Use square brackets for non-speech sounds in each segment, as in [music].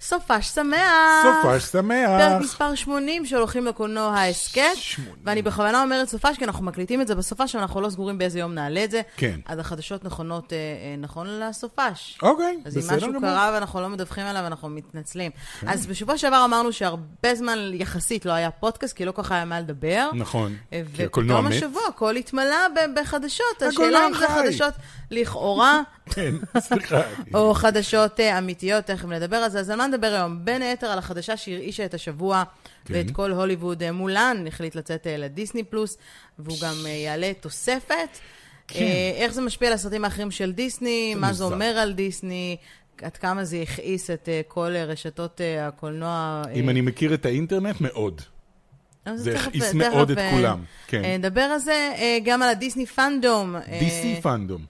סופש שמח! סופש שמח! פרק מספר 80 של הולכים לקולנוע ההסכת. שמונים. ואני בכוונה אומרת סופש, כי אנחנו מקליטים את זה בסופש, אנחנו לא סגורים באיזה יום נעלה את זה. כן. אז החדשות נכונות, אה, אה, נכון לסופש. אוקיי, אז אם בסדר משהו גמור. כן. קרה ואנחנו לא מדווחים עליו, אנחנו מתנצלים. אז בשבוע שעבר אמרנו שהרבה זמן יחסית לא היה פודקאסט, כי לא כל כך היה מה לדבר. נכון, אה, כי הקולנוע ופתאום מת. השבוע הכל התמלא ב- בחדשות. הקולנוע השאלה אם זה חי. חדשות לכאורה. [laughs] כן, [laughs] סליחה. או חדשות אה, אמיתיות, תכף נדבר על זה. אז על מה נדבר היום? בין היתר על החדשה שהרעישה את השבוע כן. ואת כל הוליווד. אה, מולן החליט לצאת אה, לדיסני פלוס, והוא גם אה, יעלה תוספת. כן. אה, איך זה משפיע על הסרטים האחרים של דיסני? מה זה מוזר. אומר על דיסני? עד כמה זה הכעיס את אה, כל אה, רשתות אה, הקולנוע? אה, אם אני מכיר את האינטרנט, מאוד. אז זה תכף- הכעיס תכף, מאוד את אה, כולם, כן. אה, נדבר על זה, אה, גם על הדיסני פאנדום. אה, DC פנדום.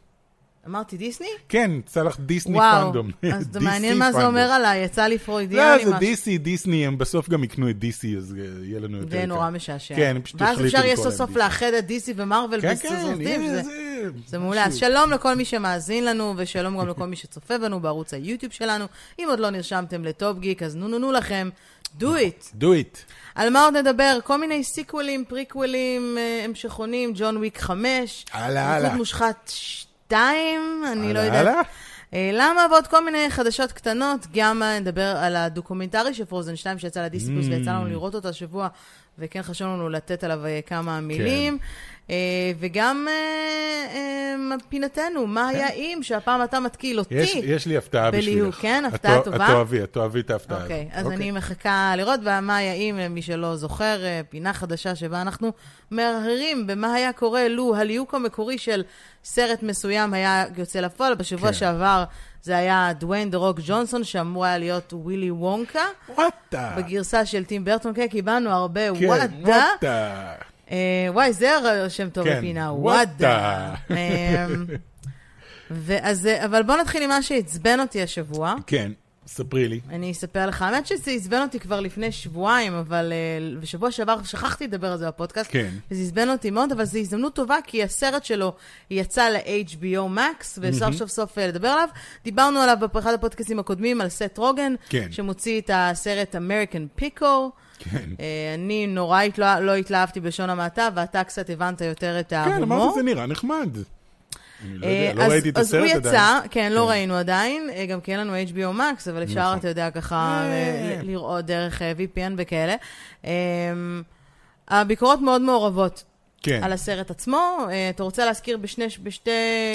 אמרתי דיסני? כן, צלח [laughs] דיסני וואו, פנדום. אז זה DC מעניין מה זה פנדום. אומר עליי, יצא לי פרוידיאני לא, משהו. זה DC, דיסני, הם בסוף גם יקנו את DC, אז אה, יהיה לנו יותר... זה קל. נורא משעשע. כן, הם פשוט ואז החליטו אפשר יהיה לקרוא סוף להם סוף DC. לאחד את דיסי ומרוויל כן, בסטוז כן, עובדים. יהיה, זה- זה מעולה. אז שלום לכל מי שמאזין לנו, ושלום גם לכל מי שצופה בנו בערוץ היוטיוב שלנו. אם עוד לא נרשמתם לטופ גיק, אז נו נו נו לכם, do it. Do it. על מה עוד נדבר? כל מיני סיקוולים, פריקוולים, אה, המשכונים, ג'ון וויק 5. הלאה, הלאה. מלכות מושחת 2, אני לא הלאה, יודעת. הלאה. אה, למה? ועוד כל מיני חדשות קטנות. גם אה, נדבר על הדוקומנטרי של פרוזן 2 שיצא לדיסני Mm. פלוס ויצא לנו לראות אותו השבוע, וכן חשוב לנו לתת עליו אה, כן. כמה מילים. אה, וגם אה, אה, פינתנו, מה היה אם שהפעם אתה מתקיל אותי? כן. יש, יש לי הפתעה בליהוק, בשבילך. כן? הפתעה את תא- טובה? את תאהבי, את תאהבי את ההפתעה. אוקיי, הזאת. אז אני מחכה לראות, ומה היה אם, למי שלא זוכר, אה, פינה חדשה שבה אנחנו מהרהרים במה היה קורה לו הליהוק המקורי של סרט מסוים היה יוצא לפועל. בשבוע כן. שעבר זה היה דוויין דה רוק ג'ונסון, שאמור היה להיות ווילי וונקה. וואטה. בגרסה של טים ברטון, כן, קיבלנו הרבה כן, וואדה. וואטה. אה, וואי, זה הר- שם טוב כן, לפינה, וואטה. וואדה. אמ, [laughs] ואז, אה, אבל בוא נתחיל עם מה שעצבן אותי השבוע. כן, ספרי לי. אני אספר לך, האמת שזה עצבן אותי כבר לפני שבועיים, אבל אה, בשבוע שעבר שכחתי לדבר על זה בפודקאסט, כן. וזה עצבן אותי מאוד, אבל זו הזדמנות טובה, כי הסרט שלו יצא ל-HBO Max, ואפשר סוף סוף אה, לדבר עליו. דיברנו עליו באחד הפודקאסטים הקודמים, על סט רוגן, כן. שמוציא את הסרט American Pico. כן. אה, אני נורא התלא... לא התלהבתי בלשון המעטה, ואתה קצת הבנת יותר את ההומור. כן, אמרתי, זה נראה נחמד. אני לא יודע, אה, לא אז- ראיתי את הסרט עדיין. אז הוא יצא, כן, לא ראינו עדיין, אה, גם כי אין לנו HBO Max, אבל אפשר, נכון. אתה יודע, ככה אה. אה, ל- לראות דרך אה, VPN וכאלה. אה, הביקורות מאוד מעורבות כן. על הסרט עצמו. אה, אתה רוצה להזכיר בשני ש- בשתי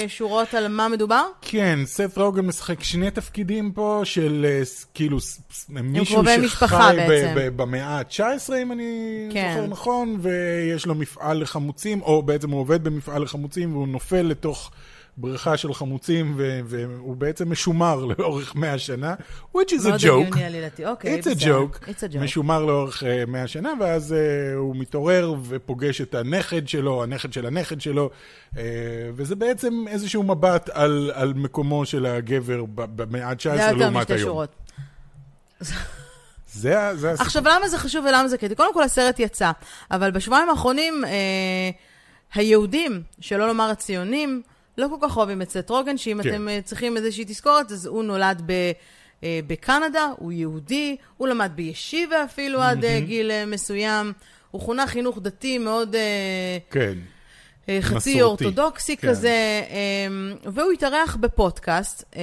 שורות על מה מדובר? כן, סט רוגן משחק שני תפקידים פה של אה, ס- כאילו ס- ס- מישהו קרובי משפחה שחי ב- בעצם. ב- במאה ה-19, אם אני כן. זוכר נכון, ויש לו מפעל לחמוצים, או בעצם הוא עובד במפעל לחמוצים והוא נופל לתוך בריכה של חמוצים, ו- והוא בעצם משומר [laughs] לאורך 100 שנה, which is מאוד a joke. הגיוני עלילתי. אוקיי, It's a בסדר. joke, It's a joke. משומר לאורך אה, 100 שנה, ואז אה, הוא מתעורר ופוגש את הנכד שלו, הנכד של הנכד שלו, אה, וזה בעצם איזשהו מבט על, על מקומו של הגבר ב- במאה זה ה-19 יותר לעומת משתי לא היום. שורות. זה, ה- זה הסיפור. עכשיו, למה זה חשוב ולמה זה קריטי? קודם כל, הסרט יצא, אבל בשבועיים האחרונים, אה, היהודים, שלא לומר הציונים, לא כל כך אוהבים את סט רוגן, שאם כן. אתם אה, צריכים איזושהי תזכורת, אז הוא נולד ב... אה, בקנדה, הוא יהודי, הוא למד בישיבה אפילו עד אה, גיל אה, מסוים, הוא חונך חינוך דתי מאוד אה, כן, אה, חצי מסורתי. אורתודוקסי כן. כזה, אה, והוא התארח בפודקאסט אה,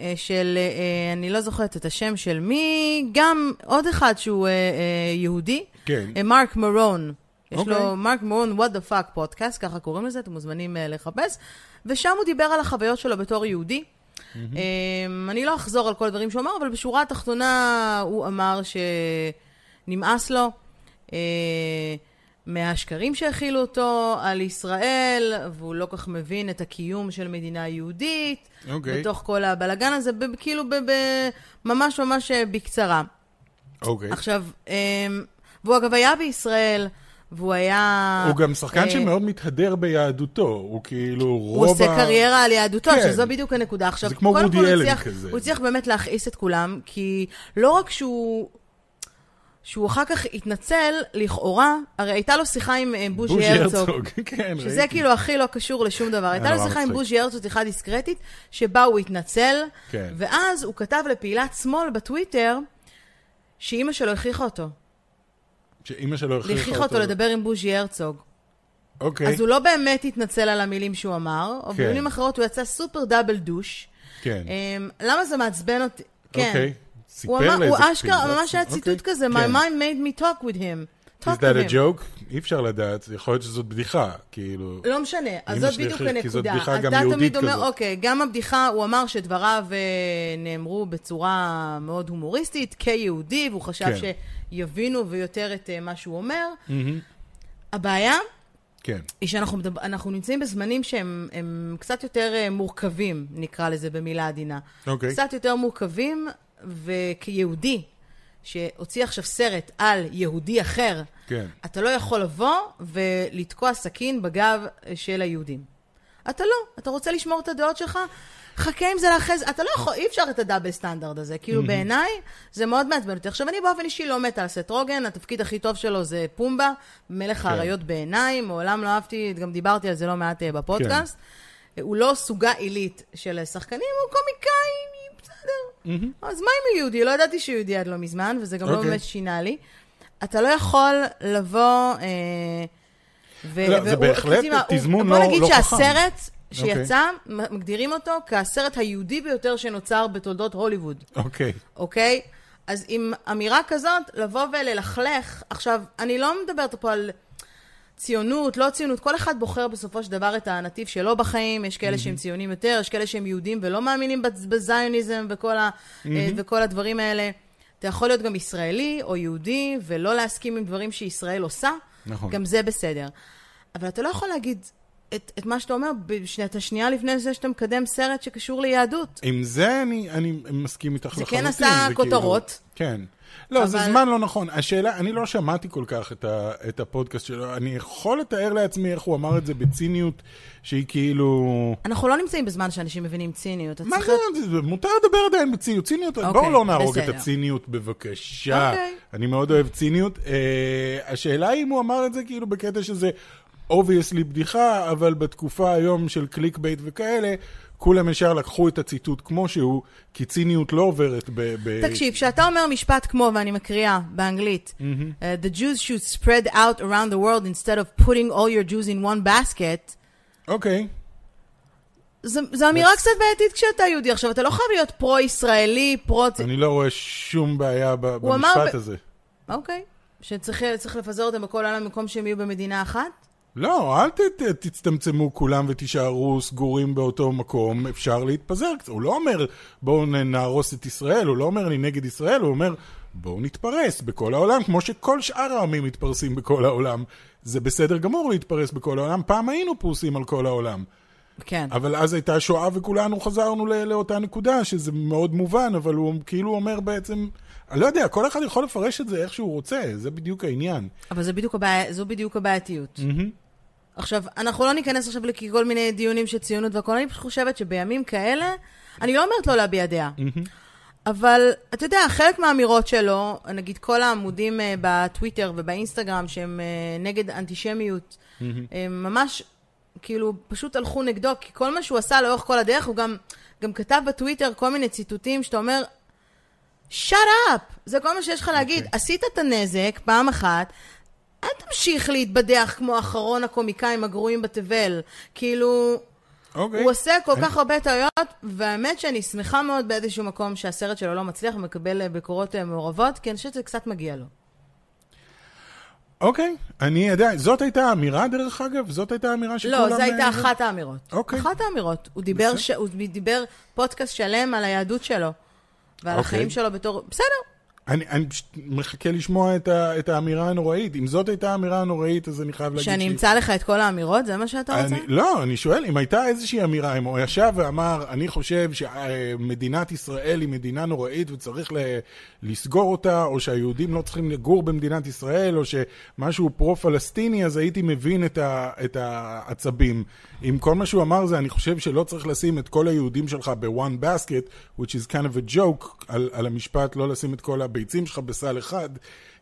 אה, של, אה, אה, אני לא זוכרת את השם של מי, גם עוד אחד שהוא אה, אה, יהודי, כן. אה, מרק מרון. יש אוקיי. לו מרק מרון, what the fuck פודקאסט, ככה קוראים לזה, אתם מוזמנים אה, לחפש. ושם הוא דיבר על החוויות שלו בתור יהודי. אמ, אני לא אחזור על כל הדברים שהוא אמר, אבל בשורה התחתונה הוא אמר שנמאס לו אה, מהשקרים שהכילו אותו על ישראל, והוא לא כל כך מבין את הקיום של מדינה יהודית, אוקיי. בתוך כל הבלגן הזה, ב- כאילו ב- ב- ממש ממש אה, בקצרה. אוקיי. עכשיו, אמ, והוא אגב היה בישראל, והוא היה... הוא גם שחקן אה, שמאוד מתהדר ביהדותו, הוא כאילו רוב הוא עושה קריירה על יהדותו, כן. שזו בדיוק הנקודה. עכשיו, כמו קודם וודי כל הוא אלן הצליח- כזה. הוא הצליח באמת להכעיס את כולם, כי לא רק שהוא... שהוא אחר כך התנצל, לכאורה, הרי הייתה לו שיחה עם אה, בוז'י הרצוג, [laughs] כן, שזה ראיתי. כאילו הכי לא קשור לשום דבר. הייתה לו נורא שיחה עם מצחיק. בוז'י הרצוג, שיחה דיסקרטית, שבה הוא התנצל, כן. ואז הוא כתב לפעילת שמאל בטוויטר, שאימא שלו הכריחה אותו. שאימא שלו הכריחה אותו. הכריחה אותו לדבר עם בוז'י הרצוג. אוקיי. אז הוא לא באמת התנצל על המילים שהוא אמר, או כן. במילים אחרות הוא יצא סופר דאבל דוש. כן. אמ, למה זה מעצבן אותי? כן. אוקיי. הוא סיפר אמר, לאיזה הוא פיל, אשכרה, אוקיי. ממש היה ציטוט כן. כזה, my mind made me talk with him. talk Is that with a him." joke? אי אפשר לדעת, יכול להיות שזאת בדיחה, כאילו. לא משנה, אז אמא זאת שלי בדיוק הכריח, הנקודה. כי זאת בדיחה גם אתה יהודית תמיד אומר, כזאת. אוקיי, גם הבדיחה, הוא אמר שדבריו אה, נאמרו בצורה מאוד הומוריסטית, כיהודי, והוא חשב כן. שיבינו ויותר את אה, מה שהוא אומר. הבעיה כן. היא שאנחנו מדבר, אנחנו נמצאים בזמנים שהם הם קצת יותר אה, מורכבים, נקרא לזה במילה עדינה. אוקיי. קצת יותר מורכבים, וכיהודי, שהוציא עכשיו סרט על יהודי אחר, כן. אתה לא יכול לבוא ולתקוע סכין בגב של היהודים. אתה לא, אתה רוצה לשמור את הדעות שלך? חכה עם זה לאחרי זה, אתה לא יכול, אי אפשר את הדאבל סטנדרט הזה. כאילו בעיניי, זה מאוד מעצבן אותי. עכשיו, אני באופן אישי לא מתה על סט רוגן, התפקיד הכי טוב שלו זה פומבה, מלך האריות בעיניי, מעולם לא אהבתי, גם דיברתי על זה לא מעט אה, בפודקאסט. הוא לא סוגה עילית של שחקנים, הוא קומיקאי, בסדר. אז מה אם הוא יהודי? לא ידעתי שהוא יהודי עד לא מזמן, וזה גם לא אוקיי. באמת שינה לי. אתה לא יכול לבוא... אה, ו- לא, זה והוא- בהחלט תשמע, הוא- תזמון בוא לא- נגיד לא חכם. אוקיי. שהסרט שיצא, מגדירים אותו כסרט היהודי ביותר שנוצר בתולדות הוליווד, אוקיי. אוקיי? אז עם אמירה כזאת, לבוא וללכלך, עכשיו, אני לא מדברת פה על ציונות, לא ציונות, כל אחד בוחר בסופו של דבר את הנתיב שלו בחיים, יש כאלה שהם ציונים יותר, יש כאלה שהם יהודים ולא מאמינים בז- בזיוניזם וכל, ה, אה, וכל הדברים האלה. אתה יכול להיות גם ישראלי או יהודי ולא להסכים עם דברים שישראל עושה, נכון. גם זה בסדר. אבל אתה לא יכול להגיד את, את מה שאתה אומר, בש- אתה שנייה לפני זה שאתה מקדם סרט שקשור ליהדות. עם זה אני, אני מסכים איתך לחלוטין. כן עשה כאילו- כותרות. כן. לא, אבל... זה אבל- זמן לא נכון. השאלה, אני לא שמעתי כל כך את, ה, את הפודקאסט שלו. אני יכול לתאר לעצמי איך הוא אמר את זה בציניות, שהיא כאילו... אנחנו לא נמצאים בזמן שאנשים מבינים ציניות. אתה מה צריך זה, להיות- זה- מותר לדבר עדיין בציניות. ציניות, אוקיי, בואו לא נהרוג את בסדר. הציניות, בבקשה. אוקיי. אני מאוד אוהב ציניות. אה, השאלה היא אם הוא אמר את זה כאילו בקטע שזה אובייסלי בדיחה, אבל בתקופה היום של קליק בייט וכאלה, כולם ישר לקחו את הציטוט כמו שהוא, כי ציניות לא עוברת ב... ב- תקשיב, כשאתה אומר משפט כמו, ואני מקריאה באנגלית, uh, The Jews should spread out around the world instead of putting all your Jews in one basket, אוקיי, זו זו אמירה קצת בעייתית כשאתה יהודי. עכשיו, אתה לא חייב להיות פרו-ישראלי, פרו... אני לא רואה שום בעיה ב- הוא אמר במשפט ב- הזה. אוקיי. שצריך צריך לפזר אותם בכל העולם במקום שהם יהיו במדינה אחת? לא, אל ת, ת- תצטמצמו כולם ותישארו סגורים באותו מקום, אפשר להתפזר. קצת. הוא לא אומר, בואו נ- נהרוס את ישראל, הוא לא אומר, אני נגד ישראל, הוא אומר, בואו נתפרס בכל העולם, כמו שכל שאר העמים מתפרסים בכל העולם. זה בסדר גמור להתפרס בכל העולם, פעם היינו פרוסים על כל העולם. כן. אבל אז הייתה שואה וכולנו חזרנו ל- לאותה נקודה, שזה מאוד מובן, אבל הוא כאילו אומר בעצם, אני לא יודע, כל אחד יכול לפרש את זה איך שהוא רוצה, זה בדיוק העניין. אבל זה בדיוק הבעיה, זו בדיוק הבעייתיות. עכשיו, אנחנו לא ניכנס עכשיו לכי כל מיני דיונים של ציונות והכל, אני פשוט חושבת שבימים כאלה, אני לא אומרת לא להביע דעה. אבל, אתה יודע, חלק מהאמירות שלו, נגיד כל העמודים אה, בטוויטר ובאינסטגרם שהם אה, נגד אנטישמיות, הם ממש, כאילו, פשוט הלכו נגדו, כי כל מה שהוא עשה לאורך כל הדרך, הוא גם, גם כתב בטוויטר כל מיני ציטוטים שאתה אומר, שאט אפ! זה כל מה שיש לך להגיד. עשית את הנזק פעם אחת, אל תמשיך להתבדח כמו אחרון הקומיקאים הגרועים בתבל. כאילו, אוקיי. הוא עושה כל כך הרבה טעויות, והאמת שאני שמחה מאוד באיזשהו מקום שהסרט שלו לא מצליח ומקבל אה, ביקורות אה, מעורבות, כי אני חושבת שזה קצת מגיע לו. אוקיי, אני יודע, זאת הייתה האמירה דרך אגב? זאת הייתה האמירה שכולם... לא, זו אה, הייתה אחת האמירות. אוקיי. אחת האמירות. הוא דיבר, בסדר. ש... הוא דיבר פודקאסט שלם על היהדות שלו, ועל אוקיי. החיים שלו בתור... בסדר. אני, אני פשוט מחכה לשמוע את, ה, את האמירה הנוראית. אם זאת הייתה האמירה הנוראית, אז אני חייב להגיד שאני שהיא- אמצא לך את כל האמירות? זה מה שאתה רוצה? אני, לא, אני שואל, אם הייתה איזושהי אמירה, אם הוא ישב ואמר, אני חושב שמדינת ישראל היא מדינה נוראית וצריך ל- לסגור אותה, או שהיהודים לא צריכים לגור במדינת ישראל, או שמשהו פרו-פלסטיני, אז הייתי מבין את, ה, את העצבים. אם כל מה שהוא אמר זה, אני חושב שלא צריך לשים את כל היהודים שלך ב-one basket, which is kind of a joke, על, על המשפט לא לשים את כל הביצים שלך בסל אחד,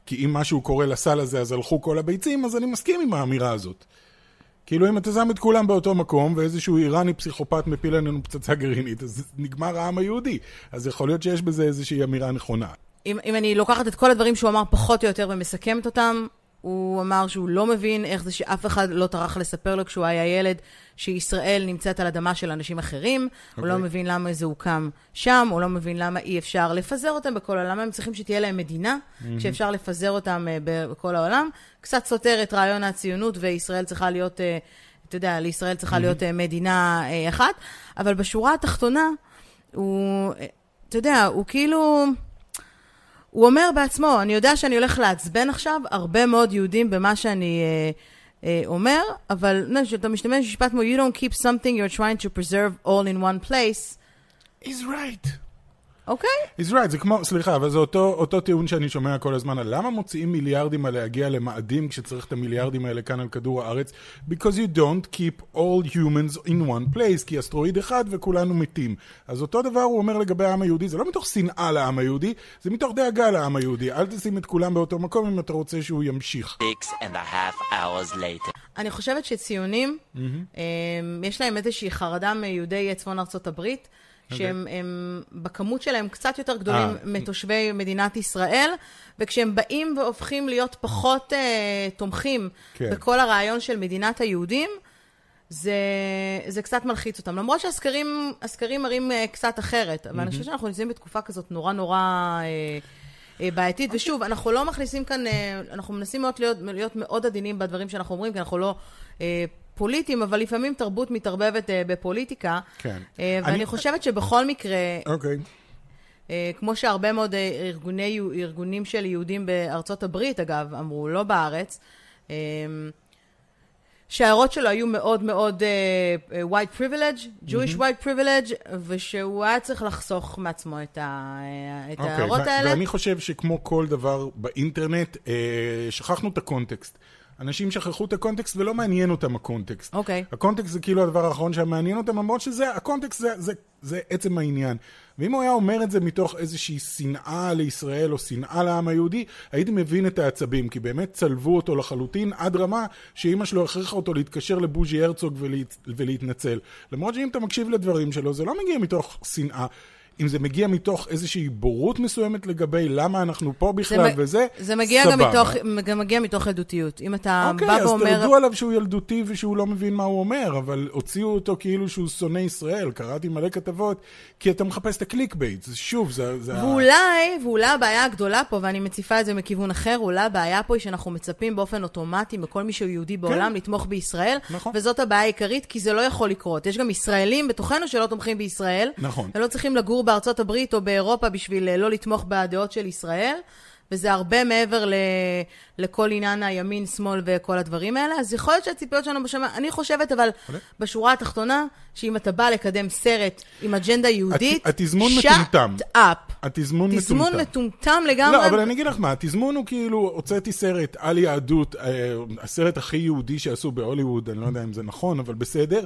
כי אם משהו קורה לסל הזה, אז הלכו כל הביצים, אז אני מסכים עם האמירה הזאת. כאילו אם אתה שם את כולם באותו מקום ואיזשהו איראני פסיכופת מפיל עלינו פצצה גרעינית, אז נגמר העם היהודי. אז יכול להיות שיש בזה איזושהי אמירה נכונה. אם, אם אני לוקחת את כל הדברים שהוא אמר פחות או יותר ומסכמת אותם, הוא אמר שהוא לא מבין איך זה שאף אחד לא טרח לספר לו כשהוא היה ילד שישראל נמצאת על אדמה של אנשים אחרים, okay. הוא לא אוקיי. מבין למה זה הוקם שם, הוא לא מבין למה אי אפשר לפזר אותם בכל העולם, למה הם צריכים שתהיה להם מדינה, mm-hmm. שאפשר לפזר אותם אה, ב- בכל העולם. קצת סותר את רעיון הציונות וישראל צריכה להיות, אה, אתה יודע, לישראל צריכה mm-hmm. להיות אה, מדינה אה, אחת, אבל בשורה התחתונה, הוא, אה, אתה יודע, הוא כאילו... הוא אומר בעצמו, אני יודע שאני הולך לעצבן עכשיו הרבה מאוד יהודים במה שאני אה, אה, אומר, אבל לא, כשאתה משתמש במשפט כמו You don't keep something you're trying to preserve all in one place, He's right. אוקיי? He's right, זה כמו, סליחה, אבל זה אותו, אותו טיעון שאני שומע כל הזמן, על למה מוציאים מיליארדים על להגיע למאדים כשצריך את המיליארדים האלה כאן על כדור הארץ? Because you don't keep all humans in one place, כי אסטרואיד אחד וכולנו מתים. אז אותו דבר הוא אומר לגבי העם היהודי, זה לא מתוך שנאה לעם היהודי, זה מתוך דאגה לעם היהודי. אל תשים את כולם באותו מקום אם אתה רוצה שהוא ימשיך. Six and a half hours later. אני חושבת שציונים, mm-hmm. יש להם איזושהי חרדה מיהודי צפון ארצות הברית, שהם הם, בכמות שלהם קצת יותר גדולים אה. מתושבי מדינת ישראל, וכשהם באים והופכים להיות פחות אה, תומכים כן. כן. בכל הרעיון של מדינת היהודים, זה, זה קצת מלחיץ אותם. למרות שהסקרים הסקרים מראים אה, קצת אחרת, אבל אני חושבת שאנחנו נמצאים בתקופה כזאת נורא נורא אה, אה, בעייתית. ושוב, אנחנו לא מכניסים כאן, אה, אנחנו מנסים מאוד להיות, להיות מאוד עדינים בדברים שאנחנו אומרים, כי אנחנו לא אה, פוליטיים, אבל לפעמים תרבות מתערבבת אה, בפוליטיקה. כן. אה, ואני אני- חושבת שבכל מקרה, אוקיי. אה, כמו שהרבה מאוד אה, ארגוני, יהו- ארגונים של יהודים בארצות הברית, אגב, אמרו, לא בארץ, אה, שההערות שלו היו מאוד מאוד אה, אה, white privilege, Mm-hmm. Jewish white privilege, ושהוא היה צריך לחסוך מעצמו את, ה, אה, את אוקיי, ההערות ו- האלה. ואני חושב שכמו כל דבר באינטרנט, אה, שכחנו את הקונטקסט. אנשים שכחו את הקונטקסט ולא מעניין אותם הקונטקסט. אוקיי. הקונטקסט זה כאילו הדבר האחרון שמעניין אותם, למרות שזה, הקונטקסט זה, זה, זה עצם העניין. ואם הוא היה אומר את זה מתוך איזושהי שנאה לישראל או שנאה לעם היהודי, הייתי מבין את העצבים, כי באמת צלבו אותו לחלוטין, עד רמה שאימא שלו הכריחה אותו להתקשר לבוז'י הרצוג ולהת, ולהתנצל. למרות שאם אתה מקשיב לדברים שלו, זה לא מגיע מתוך שנאה. אם זה מגיע מתוך איזושהי בורות מסוימת לגבי למה אנחנו פה בכלל מ- וזה, זה מגיע גם סבבה. מתוך, גם מגיע מתוך עדותיות. אם אתה אוקיי, אמ, בא אז ואומר, תרדו עליו שהוא ילדותי ושהוא לא מבין מה הוא אומר, אבל הוציאו אותו כאילו שהוא שונא ישראל, קראתי מלא כתבות, כי אתה מחפש את הקליק בייט, זה- שוב, זה... זה ה- לא- ואולי, ואולי הבעיה הגדולה פה, ואני מציפה את זה מכיוון אחר, אולי הבעיה פה היא שאנחנו מצפים באופן אוטומטי מכל מי שהוא יהודי בעולם כן. לתמוך בישראל, נכון. וזאת הבעיה העיקרית, כי זה לא יכול לקרות. יש גם ישראלים בתוכנו שלא תומכים בישראל, נכון. ולא צריכים לגור בארצות הברית או באירופה בשביל אה, לא לתמוך בדעות של ישראל. וזה הרבה מעבר ל... לכל עניין הימין, שמאל וכל הדברים האלה. אז יכול להיות שהציפיות שלנו בשמה, אני חושבת, אבל אוקיי. בשורה התחתונה, שאם אתה בא לקדם סרט עם אג'נדה יהודית, התזמון מטומטם. shut up. התזמון מטומטם. תזמון מטומטם לגמרי. לא, אבל אני אגיד לך מה, התזמון הוא כאילו, הוצאתי סרט על יהדות, אה, הסרט הכי יהודי שעשו בהוליווד, אני לא יודע אם זה נכון, אבל בסדר.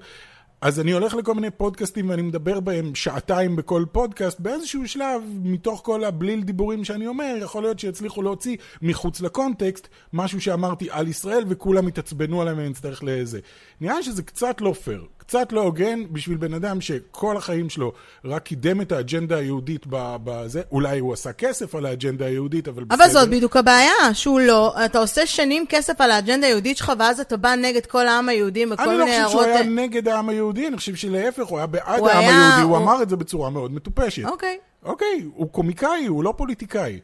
אז אני הולך לכל מיני פודקאסטים ואני מדבר בהם שעתיים בכל פודקאסט, באיזשהו שלב, מתוך כל הבליל דיבורים שאני אומר, יכול להיות שיצליחו להוציא מחוץ לקונטקסט משהו שאמרתי על ישראל וכולם יתעצבנו עליי ואני אצטרך לזה. נראה לי שזה קצת לא פייר, קצת לא הוגן בשביל בן אדם שכל החיים שלו רק קידם את האג'נדה היהודית ב- בזה, אולי הוא עשה כסף על האג'נדה היהודית, אבל בסדר. אבל זאת בדיוק הבעיה, שהוא לא, אתה עושה שנים כסף על האג'נדה היהודית שלך, ואז אתה בא נגד כל העם היהודי בכל אני מיני לא חושב שהוא הערות. אה, היה נגד העם היהודי, אני חושב שלהפך, הוא היה בעד הוא העם היה- היהודי, הוא הוא- אמר את זה בצורה מאוד מטופשת. אוקיי. אוקיי, הוא קומיקאי, הוא לא פוליטיקאי.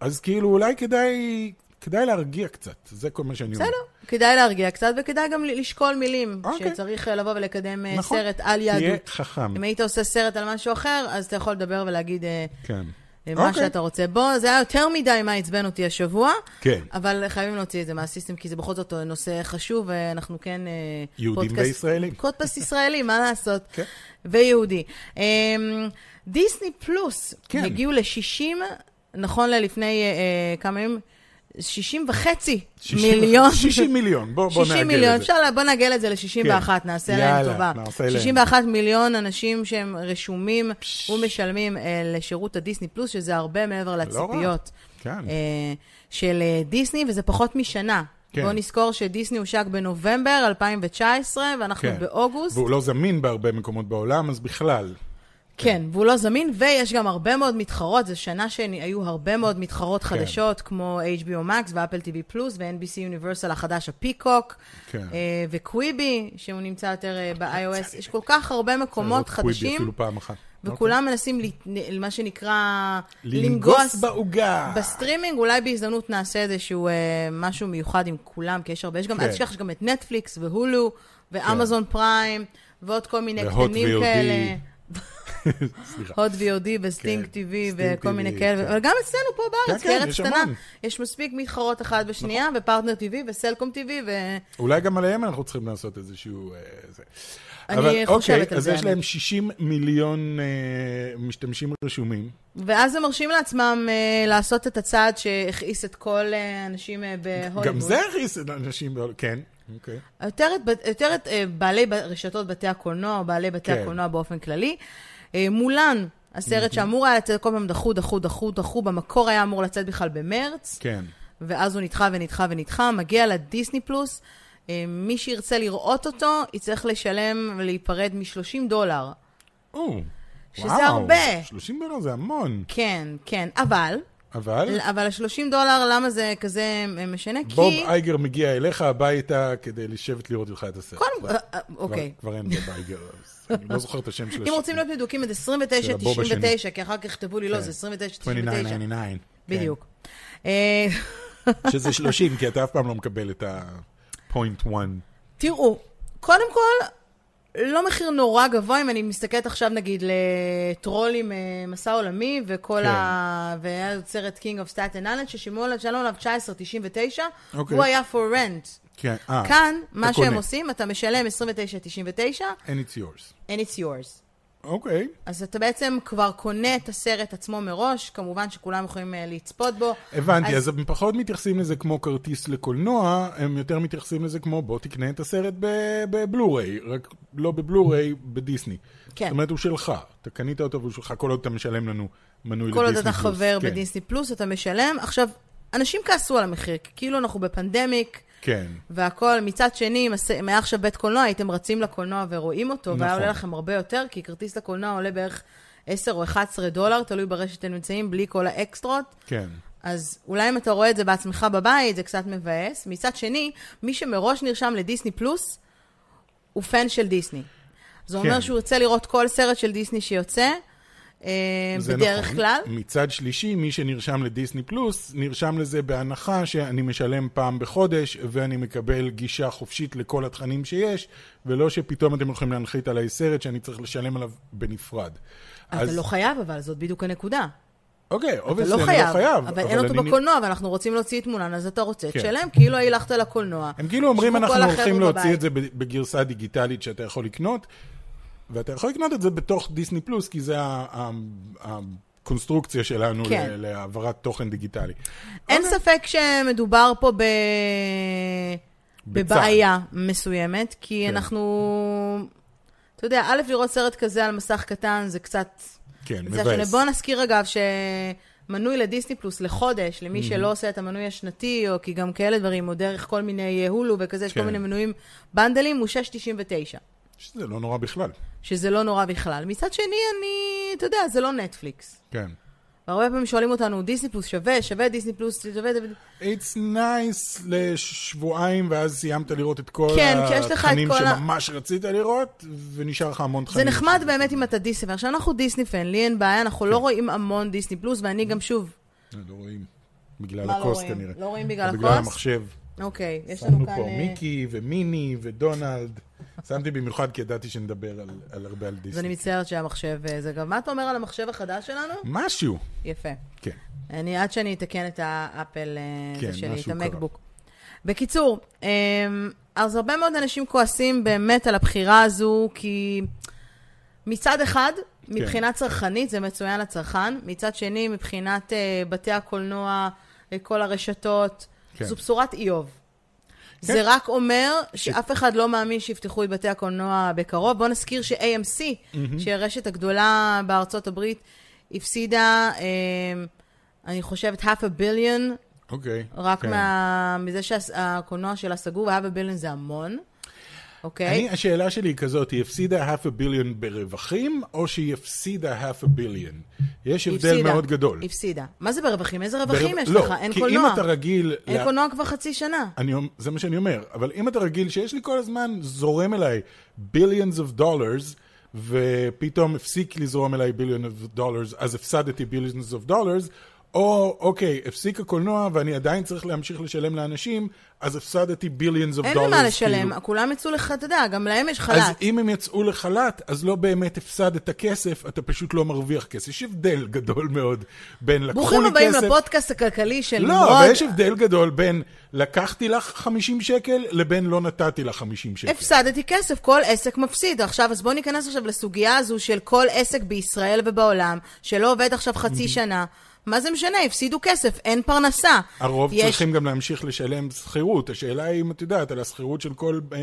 אז כאילו, אולי כדאי, כדאי להרגיע קצת, זה כל מה שאני אומר. בסדר, כדאי להרגיע קצת, וכדאי גם ל- לשקול מילים, אוקיי. שצריך אה, לבוא ולקדם אה, נכון. סרט על תהיה יהדות. חכם. אם היית עושה סרט על משהו אחר, אז אתה יכול לדבר ולהגיד אה, כן. אה, מה אוקיי. שאתה רוצה. בוא, זה היה יותר מדי מה עצבן אותי השבוע, כן. אבל חייבים להוציא את זה מהסיסטם, כי זה בכל זאת נושא חשוב, ואנחנו כן... אה, יהודים פודקאסט- וישראלים. פודקאסט ישראלי, מה לעשות? כן. ויהודי. אמ, דיסני פלוס כן. הגיעו ל-60, נכון ללפני אה, אה, כמה ימים? 60 וחצי 60 מיליון. 60 מיליון, בוא בוא 60 נעגל מיליון, את זה. אפשר, לה- בוא נעגל את זה ל-61, כן. נעשה יאללה, להם טובה. נעשה להם. 61 מיליון אנשים שהם רשומים ומשלמים אה, לשירות הדיסני פלוס, שזה הרבה מעבר לא רע. לציפיות כן. אה, של אה, דיסני, וזה פחות משנה. כן. בואו נזכור שדיסני הושק בנובמבר 2019, ואנחנו כן. באוגוסט. והוא לא זמין בהרבה מקומות בעולם, אז בכלל. כן, והוא לא זמין, ויש גם הרבה מאוד מתחרות, זו שנה שהיו הרבה מאוד מתחרות כן. חדשות, כמו HBO Max ואפל TV פלוס ו-NBC יוניברסל החדש, הפיקוק, כן. אה, וקוויבי, שהוא נמצא יותר אה, ב-iOS, יש כל כך הרבה מקומות קוויבי חדשים, אפילו אוקיי. פעם אחת. וכולם מנסים, ל- מה שנקרא, אוקיי. לנגוס בעוגה. בסטרימינג, אולי בהזדמנות נעשה איזשהו אה, משהו מיוחד עם כולם, כי יש הרבה, יש גם, אל כן. תשכח, יש גם את נטפליקס והולו, ואמזון פריים, ועוד כל מיני והוט קטנים VOD. כאלה. סליחה. הוט VOD וסטינג כן, TV סטינג וכל מיני TV, כאלה, כן. אבל גם אצלנו פה בארץ, כן, כן, כארץ יש קטנה, המון. נכון. יש מספיק מתחרות אחת בשנייה, ופרטנר TV וסלקום TV, אולי גם עליהם אנחנו צריכים לעשות איזשהו... אה, זה. אני אבל, חושבת אוקיי, על זה, אז יש אני. להם 60 מיליון אה, משתמשים רשומים. ו- ואז הם מרשים לעצמם אה, לעשות את הצעד שהכעיס את כל אה, האנשים אה, בהוליווד. גם זה הכריס את האנשים, בעול- כן, אוקיי. יותר את, בת- יותר את אה, בעלי ב- רשתות בתי הקולנוע, או בעלי בתי כן. הקולנוע באופן כללי. אה, מולן, הסרט שאמור היה לצאת כל פעם דחו, דחו, דחו, דחו, במקור היה אמור לצאת בכלל במרץ. כן. ואז הוא נדחה ונדחה ונדחה, מגיע לדיסני פלוס. אה, מי שירצה לראות אותו, יצטרך לשלם ולהיפרד מ-30 דולר. או, שזה וואו, הרבה. 30 דולר זה המון, כן, כן, אבל, אבל אבל ה-30 דולר, למה זה כזה אה, משנה? כן. בוב כי... אייגר מגיע אליך הביתה כדי לשבת לראות איתך את הסרט. קודם- כבר- אה, אה, כבר- אוקיי. כבר אין בוב אייגר, אז אני לא זוכר את השם שלו. אם רוצים להיות מדויקים, את 29.99, כי אחר כך יכתבו לי, לא, כן. זה 29.99. 29.99. בדיוק. אה, כן. שזה 30, כי אתה אף פעם לא מקבל את ה-point one. תראו, קודם כל, לא מחיר נורא גבוה, אם אני מסתכלת עכשיו נגיד לטרולים אה, מסע עולמי, וכל כן. ה... והיה עוד סרט King of Staten Island, ששילמו עליו, שלמו עליו 19.99, אוקיי. הוא היה for rent. כן, אה, כאן, אתה מה קונה. שהם עושים, אתה משלם 29.99, And it's yours. and it's yours. אוקיי. אז אתה בעצם כבר קונה את הסרט עצמו מראש, כמובן שכולם יכולים אה, לצפות בו. הבנתי, אז הם פחות מתייחסים לזה כמו כרטיס לקולנוע, הם יותר מתייחסים לזה כמו בוא תקנה את הסרט ב- בבלו-ריי, רק לא בבלו-ריי, בדיסני. כן. זאת אומרת, הוא שלך, אתה קנית אותו והוא שלך, כל עוד אתה משלם לנו מנוי לדיסני כל עוד פלוס. אתה חבר כן, בדיסני פלוס, אתה משלם. עכשיו, אנשים כעסו על המחיר, כי כאילו אנחנו בפנדמיק. כן, והכל, מצד שני, אם הס- אם היה עכשיו בית קולנוע, הייתם רצים לקולנוע ורואים אותו, והיה נכון. עולה לכם הרבה יותר, כי כרטיס לקולנוע עולה בערך 10 או 11 דולר, תלוי ברשת שאתם נמצאים, בלי כל האקסטרות. כן. אז אולי אם אתה רואה את זה בעצמך בבית, זה קצת מבאס. מצד שני, מי שמראש נרשם לדיסני פלוס, הוא פן של דיסני. זה אומר כן. שהוא ירצה לראות כל סרט של דיסני שיוצא, אה, זה בדרך נכון. כלל. מצד שלישי, מי שנרשם לדיסני פלוס, נרשם לזה בהנחה שאני משלם פעם בחודש, ואני מקבל גישה חופשית לכל התכנים שיש, ולא שפתאום אתם הולכים להנחית עליי סרט שאני צריך לשלם עליו בנפרד. אתה לא חייב, אבל זאת בדיוק הנקודה. אוקיי, אתה אובייסלי, לא אני חייב, לא חייב. אבל אין אותו אני- בקולנוע, ואנחנו רוצים להוציא את מולן, אז אתה רוצה, כן. תשלם, כאילו הילכת לקולנוע. הם כאילו אומרים, שבו כל אנחנו הולכים החבר'ה להוציא בבית." את זה בגרסה דיגיטלית שאתה יכול לקנות, ואתה יכול לקנות את זה בתוך דיסני פלוס, כי זה ה- ה- הקונסטרוקציה שלנו ל- כן. להעברת תוכן דיגיטלי. אין אוקיי. ספק שמדובר פה ב... בצעד. בבעיה מסוימת, כי כן. אנחנו... אתה יודע, א', לראות סרט כזה על מסך קטן זה קצת... כן, זה השונה. מבאס. בואו נזכיר אגב שמנוי לדיסני פלוס לחודש, למי שלא עושה את המנוי השנתי, או כי גם כאלה דברים, או דרך כל מיני אה, הולו וכזה, יש כל כן. מיני מנויים בנדלים, הוא 6.99. שזה לא נורא בכלל. שזה לא נורא בכלל. מצד שני, אני, אתה יודע, זה לא נטפליקס. כן. והרבה פעמים שואלים אותנו, דיסני פלוס שווה, שווה דיסני פלוס, שווה... It's nice לשבועיים, ואז סיימת לראות את כל כן, כשיש לך את התכנים כל ה- שממש רצית לראות, ונשאר לך המון זה תכנים. נחמד באמת אם אתה דיסני פן. עכשיו, אנחנו דיסני פן, לי אין בעיה, אנחנו כן. לא רואים המון דיסני פלוס, ואני גם שוב, לא רואים. בגלל מה לא הכוס רואים? כנראה. לא רואים בגלל או בגלל הכוס? המחשב. אוקיי, יש לנו שמנו כאן... פה אה, מיקי ומיני ודונלד. שמתי במיוחד כי ידעתי שנדבר על, על הרבה על אז אני דיסני. מצטערת שהמחשב אה, זה גם... מה אתה אומר על המחשב החדש שלנו? משהו. יפה. כן. אני, עד שאני אתקן את האפל אה, כן, זה שלי, את משהו קרה. המקבוק. בקיצור, אמ, אז הרבה מאוד אנשים כועסים באמת על הבחירה הזו, כי מצד אחד, כן. מבחינה צרכנית זה מצוין לצרכן, מצד שני, מבחינת אה, בתי הקולנוע, אה, כל הרשתות, כן. זו בשורת איוב. זה רק אומר כן. שאף אחד לא מאמין שיפתחו את בתי הקולנוע בקרוב. בואו נזכיר ש-AMC, שהיא הרשת הגדולה בארצות הברית, הפסידה, אה, אני חושבת, half a billion, אוקיי. רק כן. מה- מזה שהקולנוע שלה סגור, ו-half a billion זה המון. אוקיי? אני, השאלה שלי היא כזאת, היא הפסידה half a billion ברווחים, או שהיא הפסידה half a billion? יש היא הבדל הפסידה. מאוד גדול. הפסידה. מה זה ברווחים? איזה רווחים ברוב- יש לא, לך? אין כי קולנוע. אם אתה רגיל... אין ל- קולנוע כבר חצי שנה. אני, אומ- זה מה שאני אומר, אבל אם אתה רגיל שיש לי כל הזמן זורם אליי billions of dollars, ופתאום הפסיק לזרום אליי billions of dollars, אז הפסדתי billions of dollars, או אוקיי, הפסיק הקולנוע ואני עדיין צריך להמשיך לשלם לאנשים, אז הפסדתי billions of dollars. אין למה כאילו. לשלם, כולם יצאו לך, אתה יודע, גם להם יש אז חל"ת. אם הם יצאו לחל"ת, אז לא באמת הפסדת כסף, אתה פשוט לא מרוויח כסף. יש הבדל גדול מאוד בין לקחו לי כסף... ברוכים הבאים לפודקאסט הכלכלי של לא, נמרוד. אבל יש הבדל גדול בין לקחתי לך 50 שקל לבין לא נתתי לך 50 שקל. הפסדתי כסף, כל עסק מפסיד. עכשיו, אז בואו ניכנס עכשיו לסוגיה הזו של כל עסק בישראל ובעולם, שלא עובד עכשיו חצי שנה. מה זה משנה? הפסידו כסף, אין פרנסה. הרוב יש- צריכים גם להמשיך לשלם שכירות. השאלה היא אם את יודעת על השכירות של כל אה,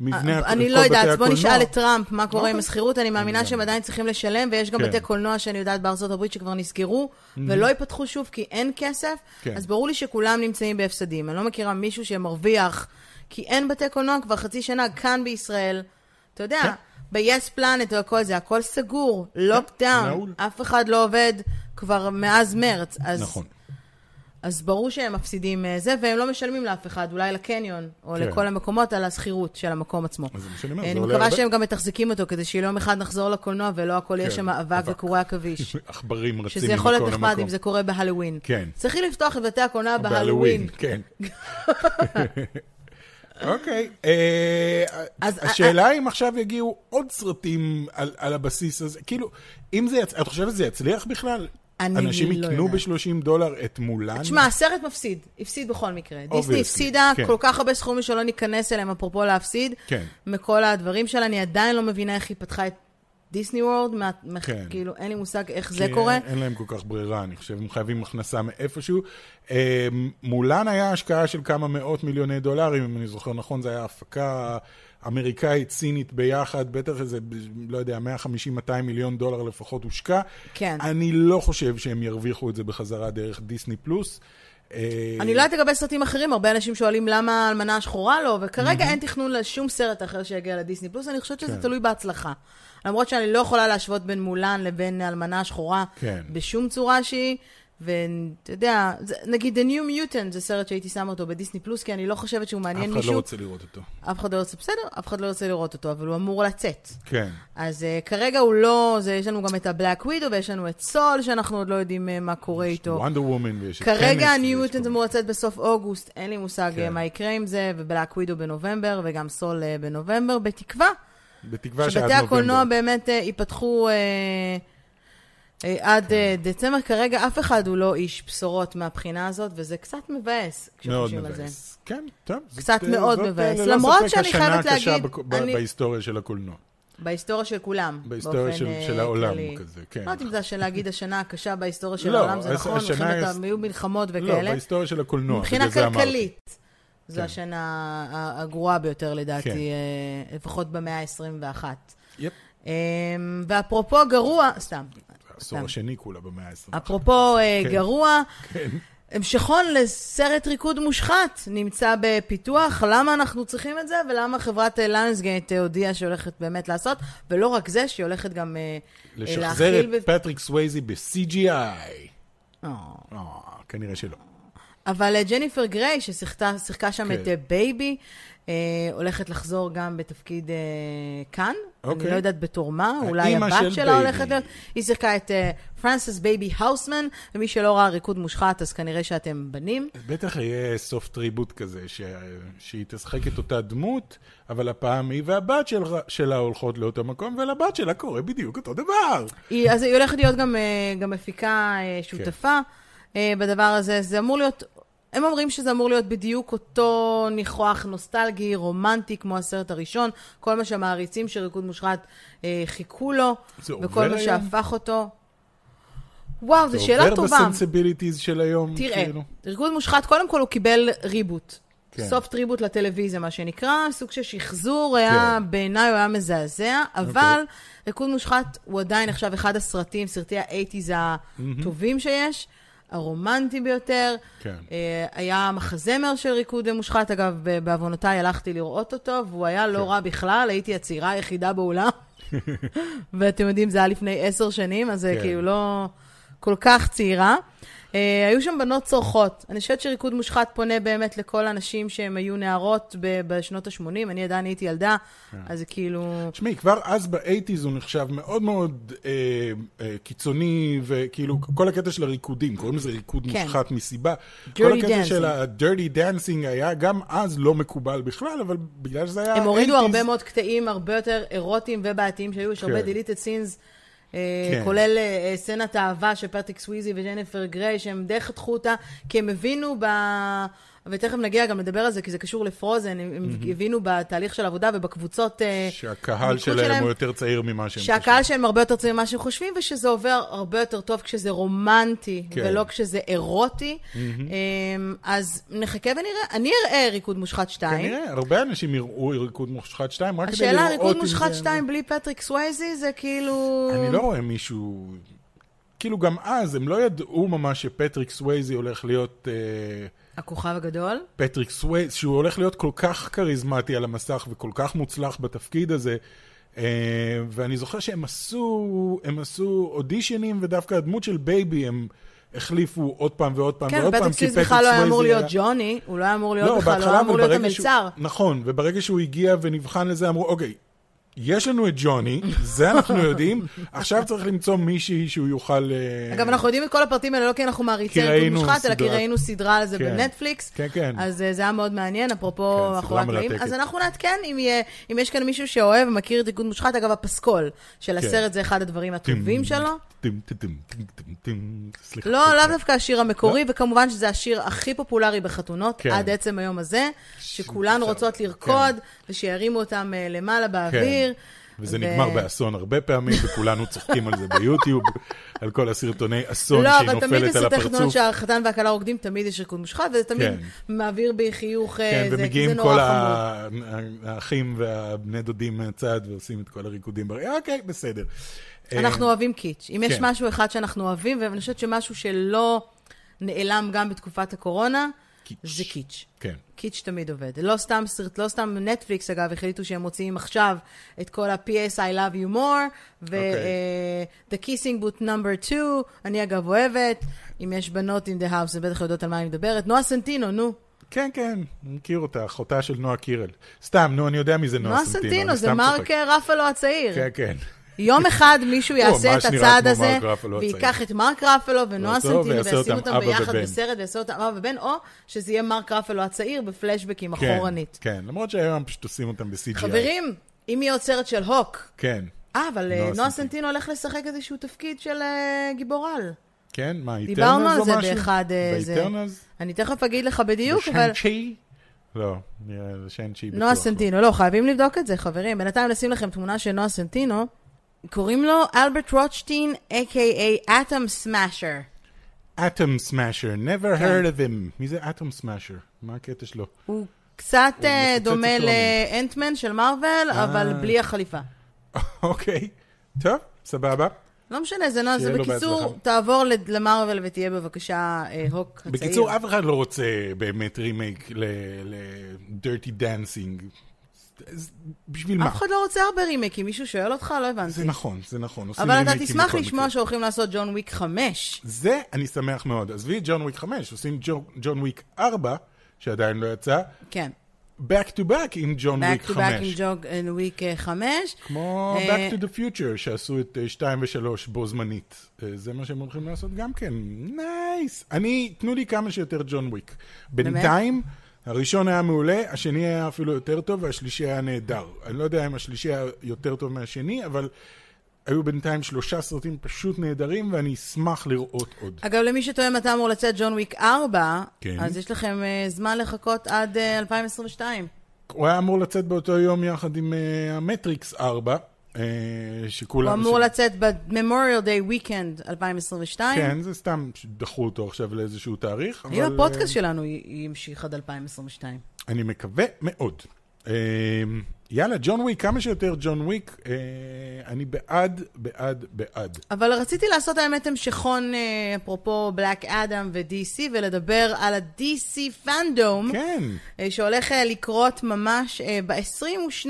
מבנה, הק- אני כל לא בתי יודעת, בוא הקולנוע. נשאל את טראמפ מה קורה עם אוקיי. השכירות, אני מאמינה שהם עדיין צריכים לשלם, ויש גם כן. Mhm. בתי קולנוע שאני יודעת בארצות הברית שכבר נסגרו, ולא ייפתחו שוב כי אין כסף, כן. אז ברור לי שכולם נמצאים בהפסדים. אני לא מכירה מישהו שמרוויח, כי אין בתי קולנוע כבר חצי שנה כאן בישראל. אתה יודע, כן. ב-yes planet והכל זה, הכל סגור, לוקדאון, נעול. אף אחד לא עובד כבר מאז מרץ. אז- נכון. [laughs] אז ברור שהם מפסידים אה, זה, והם לא משלמים לאף אחד, אולי לקניון, או כן. לכל המקומות על השכירות של המקום עצמו. אז זה מה שאני אומר, אה, זה אני עולה מקווה הרבה. שהם גם מתחזיקים אותו, כדי שיום אחד נחזור לקולנוע ולא הכל יהיה כן, שם אבק אבק. וקורי [laughs] עכביש. עכברים רצים שזה יכול להיות מכל נחמד המקום. אם זה קורה בהלווין. כן. צריכים לפתוח את בתי הקולנוע בהלווין. בהלווין, כן. [laughs] אוקיי, אה, אז- השאלה אם עכשיו יגיעו עוד סרטים על על הבסיס הזה, כאילו, אם זה, יצ- את חושבת שזה יצליח בכלל? אני אנשים לא יקנו יודעת. ב-30 דולר את מולן? תשמע, הסרט מפסיד, הפסיד בכל מקרה. דיסני Obviously, הפסידה כן. כל כך הרבה סכומים שלא ניכנס אליהם, אפרופו להפסיד, כן. מכל הדברים שלה. אני עדיין לא מבינה איך היא פתחה את דיסני וורד, מה- מה- כן. כאילו, אין לי מושג איך זה כי אה, קורה. אין- אין להם כל כך ברירה, אני חושב, הם חייבים הכנסה מאיפשהו. אה, מולן היה השקעה של כמה מאות מיליוני דולרים, אם אני זוכר נכון, זה היה הפקה אמריקאית-סינית ביחד, בטח איזה, ב- לא יודע, 150-200 מיליון דולר לפחות הושקע. כן. אני לא חושב שהם ירוויחו את זה בחזרה דרך דיסני פלוס. אה, אני לא יודעת לגבי סרטים אחרים, הרבה אנשים שואלים למה האלמנה השחורה לא, וכרגע אין תכנון לשום סרט אחר שיגיע לדיסני פלוס, אני חושבת שזה כן. תלוי בהצלחה. למרות שאני לא יכולה להשוות בין מולן לבין האלמנה השחורה כן. בשום צורה שהיא, ואתה יודע, זה- נגיד The New Mutant זה סרט שהייתי שמה אותו בדיסני פלוס, כי אני לא חושבת שהוא מעניין אף אחד לא מישהו. רוצה לראות אותו. אף אחד לא רוצה, בסדר, אף אחד לא רוצה לראות אותו, אבל הוא אמור לצאת. כן. אז uh, כרגע הוא לא, זה, יש לנו גם את הבלק ווידו ויש לנו את סול, שאנחנו עוד לא יודעים uh, מה קורה איתו. וונדר וומן ויש את כרגע טנט הניו ויש כל מוטנט מיני. אמור לצאת בסוף אוגוסט, אין לי מושג כן. אה, מה יקרה עם זה, ובלאק ווידו בנובמבר, וגם סול אה, בנובמבר, בתקווה בתקווה שעד שבתי הקולנוע נובמבר. באמת אה, ייפתחו אה, אה, כן. עד אה, דצמבר. כרגע אף אחד הוא לא איש בשורות מהבחינה הזאת, וזה קצת מבאס מאוד כשחושבים על זה. מבאס. כן, טוב. זאת- קצת מאוד זאת, אה, מבאס. ללא למרות ספק, שאני חייבת השנה להגיד, הקשה בק- ב- אני- בהיסטוריה של הקולנוע. בהיסטוריה של כולם. בהיסטוריה באופן, של- אה, של העולם כללי. כזה, כן. לא יודעת אם זה של להגיד השנה הקשה בהיסטוריה של לא, העולם, זה הש- נכון, השנה מלחמת ההיס- ה- היו מלחמות לא, וכאלה. בהיסטוריה של הקולנוע. מבחינה בגלל זה אמרתי. כלכלית, זו כן. השנה ה- הגרועה ביותר כן. לדעתי, אה, לפחות במאה ה-21. אמ, יפ, ואפרופו גרוע, סתם, העשור סתם. השני כולה במאה ה-20. אפרופו אה, כן. גרוע, כן. אה, המשכון לסרט ריקוד מושחת נמצא בפיתוח, למה אנחנו צריכים את זה ולמה חברת ליונסגייט הודיעה שהיא הולכת באמת לעשות, ולא רק זה, שהיא הולכת גם אה, אה, לשחזר להכיל... את ב- פטריק סווייזי ב-CGI. אה. אה, כנראה שלא. אבל אה, ג'ניפר גריי, ששיחקה שיחקה שם כן. את אה, בייבי, אה, הולכת לחזור גם בתפקיד אה, כאן. אני אוקיי. לא יודעת בתור מה, אולי האימא הבת של שלה בייבי. הולכת להיות. היא שיחקה את אה, פרנסס בייבי האוסמן, ומי שלא ראה ריקוד מושחת, אז כנראה שאתם בנים. בטח יהיה סוף טריבוט כזה, ש- שהיא תשחק את אותה דמות, אבל הפעם היא והבת של- שלה הולכות לאותו מקום, ולבת שלה קורה בדיוק אותו דבר. היא, אז היא הולכת להיות גם, אה, גם מפיקה כן. אה, שותפה אה, בדבר הזה. זה אמור להיות, הם אומרים שזה אמור להיות בדיוק אותו ניחוח נוסטלגי, רומנטי, כמו הסרט הראשון. כל מה שהמעריצים של ריקוד מושחת אה, חיכו לו, זה וכל עובר מה היום? שהפך אותו. וואו, זו שאלה זה טובה. עובר בסנסיביליטיז של היום. תראה, כאילו? ארגון מושחת, קודם כל הוא קיבל ריבוט. כן. סוף טריבוט לטלוויזיה, מה שנקרא, סוג של שחזור היה, כן. אוקיי. בעיניי הוא היה מזעזע, אבל ריקוד מושחת הוא עדיין עכשיו אחד הסרטים, סרטי האייטיז הטובים שיש, הרומנטי ביותר. כן. אה, היה מחזמר של ריקוד מושחת, אגב, ב- בעוונותיי הלכתי לראות אותו, והוא היה כן. לא רע בכלל, הייתי הצעירה היחידה באולם. [laughs] ואתם יודעים, זה היה לפני עשר שנים, אז כן. כן. כאילו לא כל כך צעירה. אה, היו שם בנות צורחות. אני חושבת שריקוד מושחת פונה באמת לכל הנשים שהן היו נערות ב- בשנות ה-80, אני עדיין הייתי ילדה, כן. אז זה כאילו... תשמעי, כבר אז באייטיז הוא נחשב מאוד מאוד אה, אה, קיצוני, וכאילו, כל הקטע של הריקודים, קוראים לזה ריקוד כן. מושחת מסיבה. Dirty כל הקטע dancing. של ה-dirty dancing היה גם אז לא מקובל בכלל, אבל בגלל שזה היה הם הורידו ה- 80s, הרבה מאוד קטעים הרבה יותר אירוטיים ובעייתיים שהיו, יש הרבה כן. deleted scenes, אה, כן. כולל אה, סצנת אהבה של פטריק סוויזי וג'ניפר גריי, שהם די חתכו אותה, כי הם הבינו ב... ותכף נגיע גם לדבר על זה, כי זה קשור לפרוזן, הם- הם הבינו בתהליך של עבודה ובקבוצות... אה, שהקהל המיקוד שלהם הוא יותר צעיר ממה שהם שהקהל שלהם הרבה יותר צעיר ממה שהם חושבים, ושזה עובר הרבה יותר טוב כשזה רומנטי, כן. כן. ולא כשזה אירוטי. אמ, אז נחכה ונראה. אני אראה ריקוד מושחת 2. כנראה, הרבה אנשים יראו ריקוד מושחת 2, רק כדי לראות אם זה... השאלה, ריקוד מושחת 2 בלי פטריק סווייזי, זה כאילו... אני לא רואה מישהו... כאילו, גם אז הם לא ידעו ממש שפטריק סווייזי הולך להיות... אה, הכוכב הגדול? פטריק סווייס, שהוא הולך להיות כל כך כריזמטי על המסך וכל כך מוצלח בתפקיד הזה. אה, ואני זוכר שהם עשו, הם עשו אודישנים, ודווקא הדמות של בייבי הם החליפו עוד פעם ועוד פעם כן, ועוד פעם, פטריק כי סוויזי בכלל לא היה אמור סווייזי להיות ג'וני, הוא לא היה אמור להיות בכלל, לא בהתחלה, היה אבל אמור להיות ברגע שהוא- המלצר. נכון, וברגע שהוא הגיע ונבחן לזה, אמרו, אוקיי, יש לנו את ג'וני, זה אנחנו [laughs] יודעים, עכשיו צריך למצוא מישהי שהוא יוכל... אה, אגב, אנחנו יודעים את כל הפרטים האלה, לא כי אנחנו מעריצי כי ריקוד ראינו מושחת, אלא כי סדרת- ראינו סדרה על זה כן. בנטפליקס. כן, כן. אז אה, זה היה מאוד מעניין, כן, אפרופו סדרה מאחורי הקלעים. מרתקת. אז אנחנו נעדכן אם יהיה- אם יש כאן מישהו שאוהב ומכיר את ריקוד מושחת. אגב, הפסקול של כן. הסרט זה אחד הדברים הטובים שלו. טים, טים, טים, טים, טים, טים. סליחה. לא, לאו דווקא השיר המקורי, וכמובן שזה השיר הכי פופולרי בחתונות, לא. כן. עד עצם היום הזה, שכולן בסדר, רוצות לרקוד, ושירימו אותם אה, למעלה באוויר. כן. וזה ו- נגמר באסון הרבה פעמים, וכולנו צוחקים על זה ביוטיוב, על כל הסרטוני אסון לא, שהיא אבל תמיד נופלת על בסרטי חתונות הפרצוף. שהחתן והכלה רוקדים, תמיד יש ריקוד מושחת, וזה תמיד כן. מעביר בי חיוך, אה, כן, זה- כי זה ומגיעים נורא כל חמור. ה- האחים והבני דודים מהצד ועושים את כל הריקודים. בר- אוקיי, בסדר. אנחנו אוהבים קיץ'. אם יש אה, כן. משהו אחד שאנחנו אוהבים, ואני חושבת שמשהו שלא נעלם גם בתקופת הקורונה, קיץ'. זה קיץ'. כן. קיץ' תמיד עובד. לא סתם סרט, לא סתם נטפליקס, אגב, החליטו שהם מוציאים עכשיו את כל ה-PS I love you more, אוקיי. ו-The kissing boot number 2, אני אגב אוהבת, אם יש בנות in the house, אז בטח יודעות על מה אני מדברת. נועה סנטינו, נו. כן, כן, אני מכיר אותה, אחותה של נועה קירל. סתם, נו, אני יודע מי זה נועה נועה לא, סנטינו. סנטינו, אני זה סתם צוחק. מרק אה, רפלו הצעיר. כן, כן. יום אחד [laughs] מישהו יעשה ממש את נראה הצעד כמו הזה, מרק רפלו הצעיר. וייקח את מרק רפלו ונועה אותו, סנטינו, ויעשה וישים אותם אותם אבא ביחד ובן. בסרט, ויעשה אותם אבא ובן, או שזה יהיה מרק רפלו הצעיר בפלשבקים כן, אחורנית. כן, למרות שהיום פשוט עושים אותם ב-CGI. חברים, אם יהיה עוד סרט של הוק, כן. אה, אבל אה, נועה נועה סנטינו. סנטינו הולך לשחק איזשהו תפקיד של אה, גיבור על. כן, מה, איטרנלס או משהו? דיברנו על זה באחד... אה, זה- באיטרנלס? אני תכף אגיד לך בדיוק, אבל... צ'י? לא, נראה, זה שיין צ'י בטוח. נועה סנטינו, לא, חייבים לבדוק את זה, חברים. בינתיים נשים לכם תמונה של נועה סנטינו. קוראים לו אלברט רוטשטיין, a.k.a. אטום סמאשר. אטום סמאשר, כן. never heard of him. מי זה אטום סמאשר? מה הקטע שלו? [laughs] הוא קצת אה, מפוצץ אה. דומה אטומים. לאנטמן של מארוול, אבל בלי החליפה. אוקיי, טוב, סבבה. לא משנה, זה נועה, זה שיהיה לו בקיצור, בהצלחה. תעבור ל- למארוול ותהיה בבקשה אה, הוק הצעיר. בקיצור, אף אחד לא רוצה באמת רימייק ל-dirty dancing. אז בשביל מה? אף אחד לא רוצה הרבה רימייקים, מישהו שואל אותך? לא הבנתי. זה נכון, זה נכון. עושים אבל אתה רימייקים תשמח בכל לשמוע מקרה. שהולכים לעשות ג'ון וויק 5. זה אני שמח מאוד. עזבי את ג'ון וויק 5, עושים ג'ו- ג'ון וויק 4, שעדיין לא יצא, כן. back to back עם ג'ון וויק back to 5. back עם ג'ון וויק אה, 5. כמו אה, Back to the Future, שעשו את 2 ו-3 בו זמנית. אה, זה מה שהם הולכים לעשות גם כן. נייס. אני, תנו לי כמה שיותר ג'ון וויק. בינתיים, הראשון היה מעולה, השני היה אפילו יותר טוב, והשלישי היה נהדר. אני לא יודע אם השלישי היה יותר טוב מהשני, אבל היו בינתיים שלושה סרטים פשוט נהדרים, ואני אשמח לראות עוד. אגב, למי שטועה מתי אמור לצאת ג'ון וויק 4, כן. אז יש לכם אה, זמן לחכות עד אה, 2022. הוא היה אמור לצאת באותו יום יחד עם אה, המטריקס 4, אה, הוא שכולם... אמור ש- לצאת ב-Memorial Day Weekend 2022. כן, זה סתם דחו אותו עכשיו לאיזשהו תאריך. אם אבל, הפודקאסט שלנו י- ימשיך עד 2022. אני מקווה מאוד. אמ, יאללה, ג'ון וויק, כמה שיותר ג'ון וויק, אה, אני בעד, בעד, בעד. אבל רציתי לעשות האמת המשכון, אה, אפרופו בלק אדם ו-DC, ולדבר על ה-DC פנדום, כן, אה, שהולך אה, לקרות ממש ב-22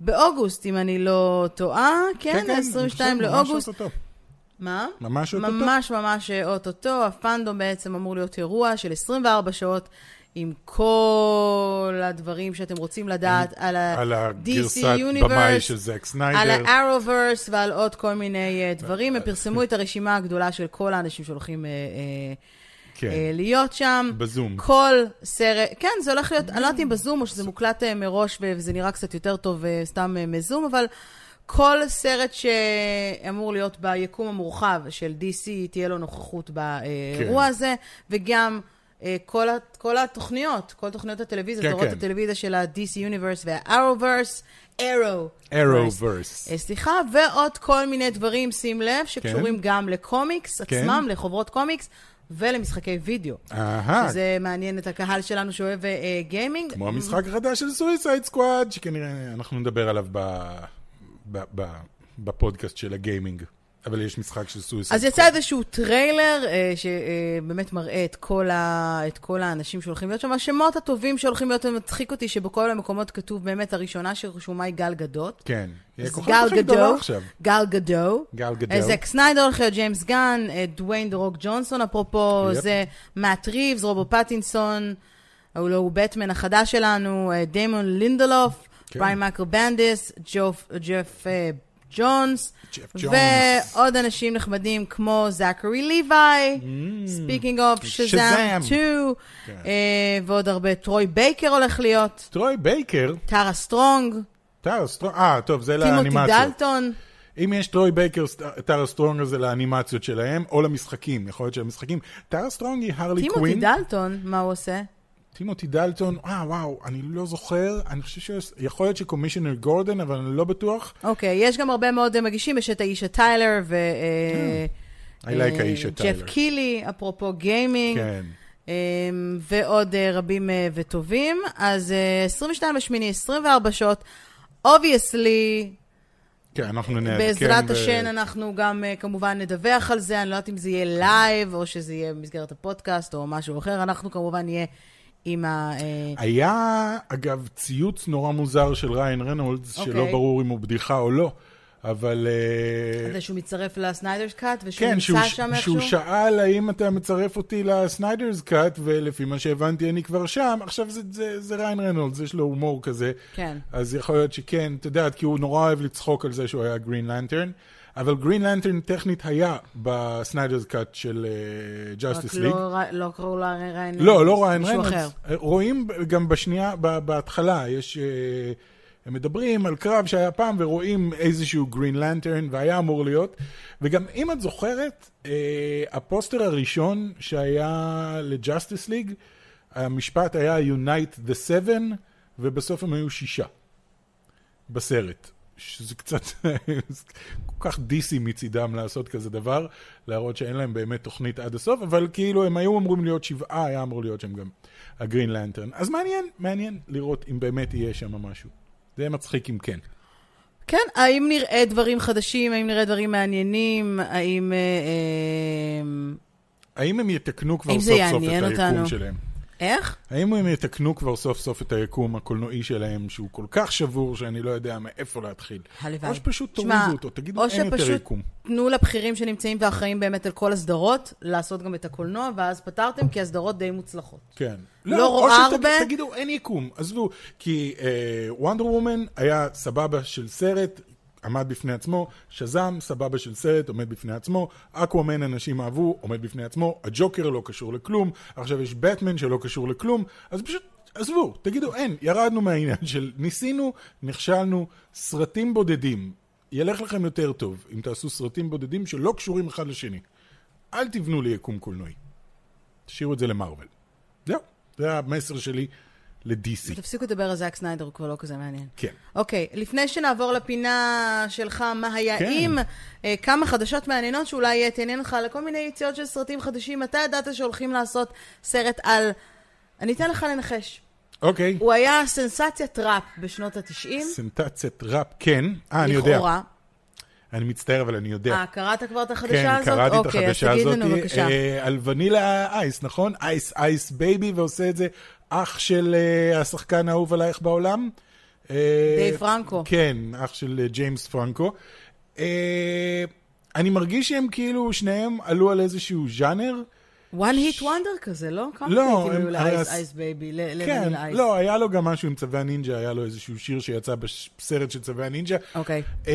באוגוסט, אם אני לא טועה. כן, אני ה-22 חושב ממש לאוגוסט. אוטוטו. מה? ממש אוטוטו. ממש ממש אה, אוטוטו. הפנדום בעצם אמור להיות אירוע של 24 שעות. עם כל הדברים שאתם רוצים לדעת על על ה-DC הגרסת במאי אה, Universe, של זאק על סניידר. ה-Arrowverse ועל עוד כל מיני אה, דברים. הם פרסמו את הרשימה הגדולה של כל האנשים שהולכים אה, אה, כן. אה, להיות שם. בזום. Mm. כל סרט, כן, זה הולך להיות, אני לא יודעת אם בזום או שזה מוקלט אה, מראש ו- וזה נראה קצת יותר טוב אה, סתם אה, מזום, אבל כל סרט שאמור להיות ביקום המורחב של DC, תהיה לו נוכחות באירוע כן. הזה, וגם... אה, כל, ה- כל התוכניות, כל תוכניות הטלוויזיה, כן, כן, תורות כן. כן. הטלוויזיה של ה-DC Universe וה-Arrowverse, Arrow. Arrowverse. אה, סליחה, ועוד כל מיני דברים, שים לב, שקשורים כן. גם לקומיקס כן. עצמם, לחוברות קומיקס ולמשחקי וידאו. אהה, אה, שזה מעניין את הקהל שלנו שאוהב אה, גיימינג. אה. כמו המשחק החדש של סויסייד סקוואד, שכנראה אנחנו נדבר עליו ב- ב- ב- בפודקאסט של הגיימינג. אבל יש משחק של סויסייד אז יצא איזשהו טריילר אה, שבאמת מראה את כל, ה... את כל האנשים שהולכים להיות שם. השמות הטובים שהולכים להיות, מצחיק אותי שבכל המקומות כתוב באמת הראשונה שרשומה היא גל גדות. כן. היא אז הכוכבת גל הכי גדולה גדו, עכשיו. גל גדו, גל גדו. אה, זק סניידר הולך להיות ג'יימס גן, אה, דוויין דרוק ג'ונסון אפרופו, יפ. זה מאט ריבס, רובו פטינסון, הוא לא, הוא בטמן החדש שלנו, אה, דיימון לינדלוף, כן. בריין מקר בנדיס, ג'וף- ג'ף אה, ג'ונס, ג'ף ג'ונס. ועוד אנשים נחמדים כמו זכרי Mm. ליוואי, ספיקינג אוף שזאם שזאם. 2, כן. אה, ועוד הרבה, טרוי בייקר הולך להיות, טרוי בייקר, טרה סטרונג, טרה סטרונג, אה, טוב, זה טימותי לאנימציות. דלטון. אם יש טרוי בייקר, סט- טרה סטרונג הזה לאנימציות שלהם, או למשחקים, יכול להיות שלמשחקים. טרה סטרונג היא הרלי טימותי קווין. דלטון, מה הוא עושה? טימותי דלטון, אה, וואו, אני לא זוכר, אני חושב שיכול להיות שקומישיונר גורדן, אבל אני לא בטוח. אוקיי, יש גם הרבה מאוד אה, מגישים, יש את האישה טיילר ו... אה, I like אה, האישה טיילר. ג'ף קילי, אפרופו גיימינג. כן. אה, ועוד אה, רבים אה, וטובים. אז אה, 22 בשמיני, 24 שעות. אובייסלי, כן, אנחנו נעדכן. בעזרת ב- השן אנחנו גם אה, כמובן נדווח על זה, אני לא יודעת אם זה יהיה לייב, או שזה יהיה במסגרת הפודקאסט, או משהו אחר, אנחנו כמובן נהיה עם ה... אה, היה, אגב, ציוץ נורא מוזר של ריין רנולדס, שלא אוקיי. ברור אם הוא בדיחה או לא, אבל... אה, זה שהוא מצטרף לסניידרס קאט, ושהוא כן, שהוא, נמצא שם איכשהו. שהוא שאל האם אתה מצרף אותי לסניידרס קאט, ולפי מה שהבנתי אני כבר שם, עכשיו זה, זה, זה ריין רנולדס, יש לו הומור כזה. כן. אז יכול להיות שכן, את יודעת, כי הוא נורא אוהב לצחוק על זה שהוא היה גרין לנטרן, אבל גרין לנטרן טכנית היה בסניידרס קאט של אה, רק ג'אסטיס ליג. לא ר- לא קראו לה ריין. לא, לא ריין מישהו ריינולדס. אה, אחר. רואים גם בשנייה, ב- בהתחלה, יש... אה, הם מדברים על קרב שהיה פעם ורואים איזשהו גרין לנטרן והיה אמור להיות. וגם אם את זוכרת, אה, הפוסטר הראשון שהיה לג'אסטיס ליג, המשפט היה Unite the Seven, ובסוף הם היו שישה בסרט. שזה קצת, [laughs] זה כל כך דיסי מצידם לעשות כזה דבר, להראות שאין להם באמת תוכנית עד הסוף, אבל כאילו הם היו אמורים להיות שבעה, היה אמור להיות שם גם הגרין לנטרן. אז מעניין, מעניין לראות אם באמת יהיה שם משהו. זה יהיה מצחיק אם כן. כן, האם נראה דברים חדשים, האם נראה דברים מעניינים, האם... אה, אה, האם הם יתקנו כבר אם זה סוף סוף את יעניין היקום אותנו. שלהם? אה, איך? האם הם יתקנו כבר סוף סוף את היקום הקולנועי שלהם, שהוא כל כך שבור שאני לא יודע מאיפה להתחיל? הלוואי. או שפשוט תשמע, תורידו אותו, תגידו או אין יותר שפשוט יקום. תנו לבכירים שנמצאים ואחראים באמת על כל הסדרות, לעשות גם את הקולנוע, ואז פתרתם, כי הסדרות די מוצלחות. כן. לא או רואה שתג- הרבה. תגידו, אין יקום, עזבו. כי וונדר וומן היה סבבה של סרט, עמד בפני עצמו, שזם, סבבה של סרט, עומד בפני עצמו, אקוואמן, אנשים אהבו, עומד בפני עצמו, הג'וקר לא קשור לכלום, עכשיו יש בטמן שלא קשור לכלום, אז פשוט... עזבו, תגידו, אין, ירדנו מהעניין של ניסינו, נכשלנו, סרטים בודדים. ילך לכם יותר טוב אם תעשו סרטים בודדים שלא קשורים אחד לשני. אל תבנו לי יקום קולנועי. תשאירו את זה למרוויל. זהו, זה המסר שלי ל-DC. תפסיקו לדבר על זאק סניידר, הוא כבר לא כזה מעניין. כן. אוקיי, לפני שנעבור לפינה שלך, מה היה כן. אם, אה, כמה חדשות מעניינות שאולי אה, תעניין אותך על כל מיני יציאות של סרטים חדשים. אתה ידעת שהולכים לעשות סרט על... אני אתן לך לנחש. אוקיי. הוא היה סנסציית ראפ בשנות התשעים. סנטציית ראפ, כן. אה, אני יודע. לכאורה. אני מצטער, אבל אני יודע. אה, קראת כבר את החדשה כן, הזאת? קראתי את אוקיי, החדשה אז הזאת. תגיד לנו בבקשה. אה, על ונילה אייס, נכון? אייס אייס בייבי, ועושה את זה אח של אה, השחקן האהוב עלייך בעולם. אה, דייב פרנקו. כן, אח של אה, ג'יימס פרנקו. אה, אני מרגיש שהם כאילו, שניהם עלו על איזשהו ז'אנר. one hit wonder כזה, לא? כמה לא, קליטים היו הם- לאייס היה- אייס בייבי, כן, לווניל אייס. לא, היה לו גם משהו עם צווי הנינג'ה, היה לו איזשהו שיר שיצא בסרט של צווי הנינג'ה. אוקיי. אמ,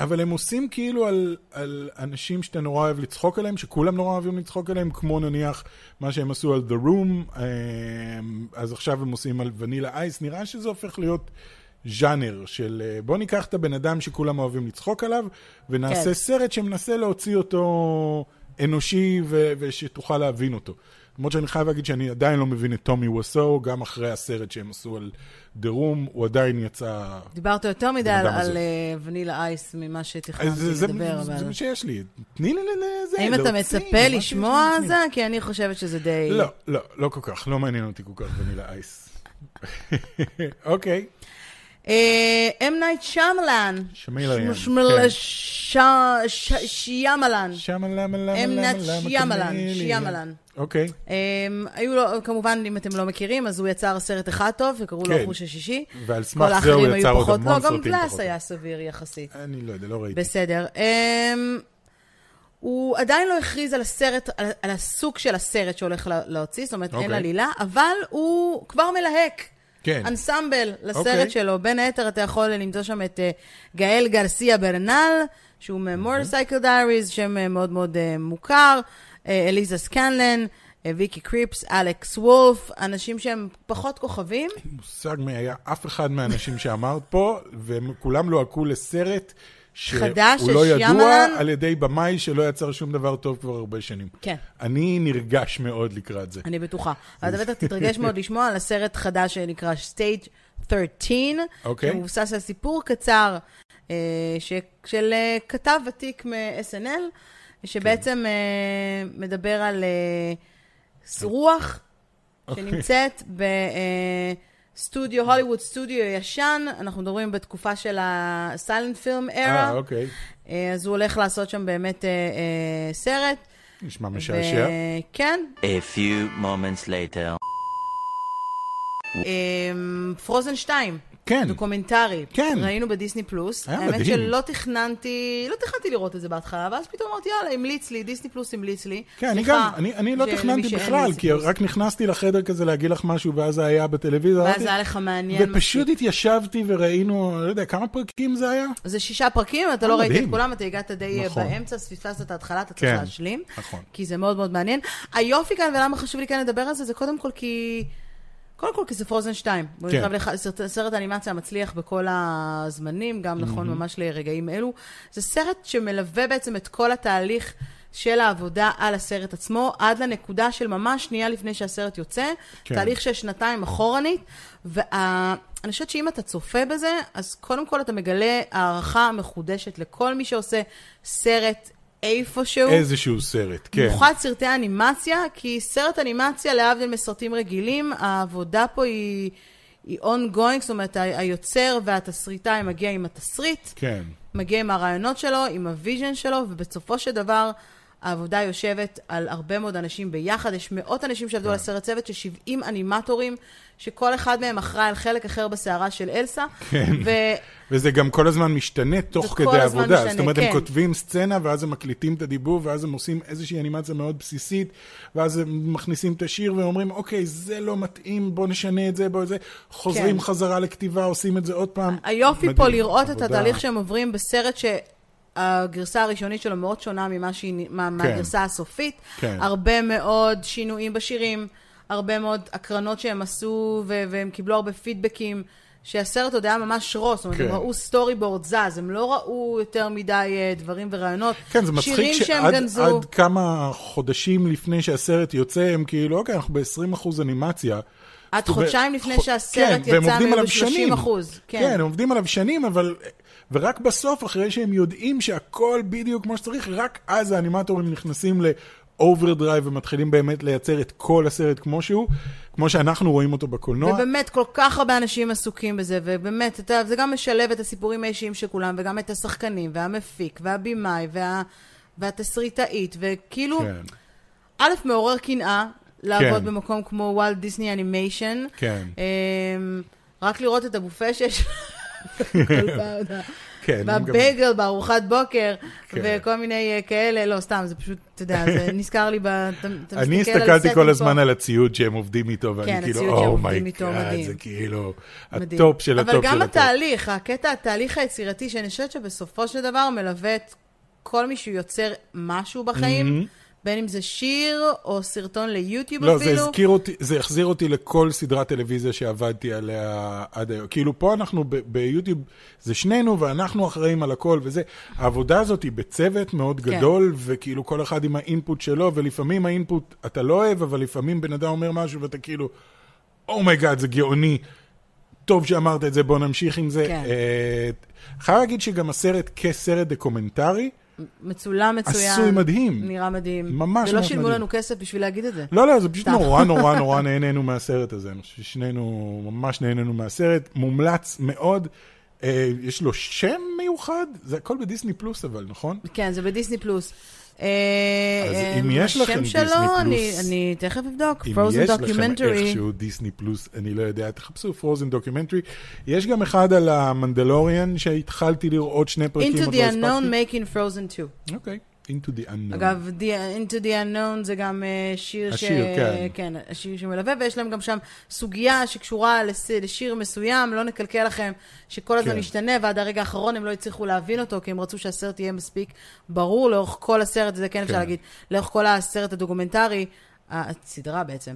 אבל הם עושים כאילו על, על אנשים שאתה נורא אוהב לצחוק עליהם, שכולם נורא אוהבים לצחוק עליהם, כמו נניח מה שהם עשו על The Room, אמ, אז עכשיו הם עושים על ונילה אייס, נראה שזה הופך להיות ז'אנר של אה, בוא ניקח את הבן אדם שכולם אוהבים לצחוק עליו, ונעשה כן. סרט שמנסה להוציא אותו אנושי ו- ושתוכל להבין אותו. למרות שאני חייב להגיד שאני עדיין לא מבין את טומי ווסו, גם אחרי הסרט שהם עשו על The Room, הוא עדיין יצא דיברת יותר מדי על- הבן אדם הזה. על אה, ונילה אייס ממה שתכננתי אז אה, זה, זה, לדבר. זה, אבל- זה מה שיש לי. תני לי לזה. האם אתה להוציא, מצפה מה לשמוע שיש לי זה? כי אני חושבת שזה די... בפנים. לא, לא, לא כל כך. לא מעניין אותי כל כך ונילה אייס. [laughs] אוקיי. אם נייט שמלן. שמילן, כן. שיאמלן. שמה למה למה אמנת למה למה. שיאמלן, תני לי. שיאמלן. אוקיי. אמ, היו לו, כמובן, אם אתם לא מכירים, אז הוא יצר סרט אחד טוב, וקראו לו כן. החוש השישי. ועל סמך כל זה האחרים הוא היו יצר עוד פחות- המון לא, גם סרטים גלאס פחות. היה סביר יחסית. אני לא יודע, לא ראיתי. בסדר. אמ, הוא עדיין לא הכריז על הסרט, על, על הסוג של הסרט שהולך לה, להוציא, זאת אומרת, okay. אין אוקיי. עלילה, אבל הוא כבר מלהק. כן. אנסמבל לסרט אוקיי. שלו. בין היתר אתה יכול למצוא שם את אה, גאל גרסיה ברנל, שהוא אוקיי. ממורסייקל דייריז, שם אה, מאוד מאוד אה, מוכר, אה, אליזה סקנלן, אה, ויקי קריפס, אלכס וולף, אנשים שהם פחות כוכבים. מושג מי היה אף אחד מהאנשים שאמרת פה, והם כולם לוהקו לסרט. חדש של שהוא לא ידוע שיאמלן. על ידי במאי שלא יצר שום דבר טוב כבר הרבה שנים. כן. אני נרגש מאוד לקראת זה. אני בטוחה. אז אתה בטח תתרגש מאוד לשמוע על הסרט חדש שנקרא Stage 13, אוקיי. שמבוסס על סיפור קצר אה, ש... של אה, כתב ותיק מ-SNL, כן. שבעצם אה, מדבר על אה, ס- רוח אוקיי. שנמצאת בסטודיו, הוליווד סטודיו ישן, אנחנו מדברים בתקופה של הסיילנט פילם אה, ארה, אוקיי. אה, אז הוא הולך לעשות שם באמת אה, אה, סרט. נשמע משעשע. כן, A few moments later. פרוזן 2. כן. אמ, דוקומנטרי. כן. ראינו בדיסני פלוס. היה האמת מדהים. שלא תכננתי, לא תכננתי לראות את זה בהתחלה, ואז פתאום אמרתי, יאללה, המליץ לי, דיסני פלוס המליץ לי. כן, אני סליחה, גם, אני, אני לא שלמי תכננתי שאין בכלל, דיסני כי פלוס. רק נכנסתי לחדר כזה להגיד לך משהו, ואז זה היה בטלוויזיה. ואז אמרתי- היה לך מעניין ופשוט התיישבתי וראינו, לא יודע, כמה פרקים זה היה? זה שישה פרקים, אתה לא ראית אה, מדהים. את כולם, אתה הגעת די אה, נכון. באמצע, אז פספסת את ההתחלה, אתה כן, צריך להשלים. נכון. כי זה מאוד מאוד מעניין. היופי כאן, ולמה חשוב לי כאן לדבר על זה, זה קודם כל כי... קודם כל כי זה פרוזן 2. הוא כן. נחשב לך- סרט- סרט האנימציה המצליח בכל הזמנים, גם נכון ממש לרגעים אלו. זה סרט שמלווה בעצם את כל התהליך של העבודה על הסרט עצמו, עד לנקודה של ממש שנייה לפני שהסרט יוצא. כן. תהליך של שנתיים אחורנית, ואני חושבת שאם אתה צופה בזה, אז קודם כל אתה מגלה הערכה מחודשת לכל מי שעושה סרט איפשהו. איזשהו סרט, כן. במיוחד סרטי אנימציה, כי סרט אנימציה, להבדיל מסרטים רגילים, העבודה פה היא, היא ongoing, זאת אומרת, ה- היוצר והתסריטאי מגיע עם התסריט, כן. מגיע עם הרעיונות שלו, עם הוויז'ן שלו, ובסופו של דבר העבודה יושבת על הרבה מאוד אנשים ביחד. יש מאות אנשים שעבדו על הסרט צוות, של 70 אנימטורים, שכל אחד מהם אחראי על חלק אחר בסערה של אלסה. כן. וזה גם כל הזמן משתנה זה תוך כל כדי הזמן עבודה. משתנה, זאת אומרת, כן. הם כותבים סצנה, ואז הם מקליטים את הדיבור, ואז הם עושים איזושהי אנימציה מאוד בסיסית, ואז הם מכניסים את השיר ואומרים, אוקיי, זה לא מתאים, בוא נשנה את זה, בוא זה. חוזרים כן. חזרה לכתיבה, עושים את זה עוד פעם. היופי פה מדהים. לראות את עבודה. התהליך שהם עוברים בסרט ש... הגרסה הראשונית שלו מאוד שונה ממה שהיא, מה, כן. מהגרסה הסופית. כן. הרבה מאוד שינויים בשירים, הרבה מאוד הקרנות שהם עשו, ו- והם קיבלו הרבה פידבקים, שהסרט עוד היה ממש רוס, זאת אומרת, כן. הם ראו סטורי בורד זז, הם לא ראו יותר מדי אה, דברים ורעיונות. כן, זה מצחיק שירים שהם שעד גנזו. עד כמה חודשים לפני שהסרט יוצא, הם כאילו, אוקיי, אנחנו ב-20% אנימציה. עד זאת אומרת, חודשיים לפני חו- שהסרט כן, והם יצא, עובדים הם היו עליו ב-30 שנים. אחוז. כן. כן, הם עובדים עליו שנים, אבל... ורק בסוף, אחרי שהם יודעים שהכל בדיוק כמו שצריך, רק אז האנימטורים נכנסים ל... אוברדרייב ומתחילים באמת לייצר את כל הסרט כמו שהוא, כמו שאנחנו רואים אותו בקולנוע. ובאמת, כל כך הרבה אנשים עסוקים בזה, ובאמת, אתה, יודע, זה גם משלב את הסיפורים האישיים של כולם, וגם את השחקנים, והמפיק, והבימאי, וה, והתסריטאית, וכאילו, כן. כן, א', מעורר קנאה לעבוד כן. במקום כמו וולט דיסני אנימיישן. כן. אמ, רק לראות את הבופה שיש [laughs] כל פעם, אתה- כן. הם גם- בבייגל, בארוחת בוקר, כן. וכל מיני אה, כאלה, לא, סתם, זה פשוט, אתה יודע, זה נזכר לי ב... אתה- אתה אני מסתכל על הסתכלתי כל הסטים הזמן פה. על הציוד שהם עובדים איתו, ואני כן, כאילו, הציוד שהם אומייגאד, עובדים איתו, מדהים. זה כאילו, מדהים. הטופ של הטופ של אבל הטופ. גם התהליך, הקטע, התהליך היצירתי, שאני חושבת שבסופו של דבר מלווה את כל מי שיוצר משהו בחיים, בין אם זה שיר, או סרטון ליוטיוב לא, זה כאילו אפילו. הזכיר אותי, זה החזיר אותי לכל סדרת טלוויזיה שעבדתי עליה עד היום. כאילו, פה אנחנו ב- ביוטיוב, זה שנינו ואנחנו אחראים על הכל וזה. העבודה הזאת היא בצוות מאוד כן. גדול, וכאילו כל אחד עם האינפוט שלו, ולפעמים האינפוט אתה לא אוהב, אבל לפעמים בן אדם אומר משהו ואתה כאילו, אומייגאד, זה גאוני. טוב שאמרת את זה, בוא נמשיך עם זה. כן. אה, חייב להגיד שגם הסרט כסרט דוקומנטרי, מצולם מצוין. עשוי מדהים. נראה מדהים. ממש ולא ממש שילמו מדהים. לנו כסף בשביל להגיד את זה. לא, לא, זה פשוט סתם. נורא נורא נורא נהנינו מהסרט הזה. אני חושב ששנינו ממש נהנינו מהסרט. מומלץ מאוד. אה, יש לו שם מיוחד? זה הכל בדיסני פלוס אבל, [laughs] נכון? כן, זה בדיסני פלוס. אז אז אם יש לכם השם דיסני שלו, פלוס- אני, אני תכף אבדוק, אם פרוזן יש לכם דוקימנטרי. איכשהו דיסני פלוס, אני לא יודע, תחפשו פרוזן דוקימנטרי. יש גם אחד על המנדלוריאן שהתחלתי לראות שני פרקים, Into עוד the לא unknown הספקתי. making frozen 2. אוקיי, into the unknown. אגב, the- Into the Unknown זה גם אה, שיר ש... השיר, כן. כן, השיר שמלווה, ויש להם גם שם סוגיה שקשורה לס- לשיר מסוים, לא נקלקל לכם, שכל הזמן כן. השתנה, ועד הרגע האחרון הם לא הצליחו להבין אותו, כי הם רצו שהסרט יהיה מספיק ברור לאורך כל הסרט, זה כן אפשר להגיד, לאורך כל הסרט הדוקומנטרי, ה- הסדרה בעצם.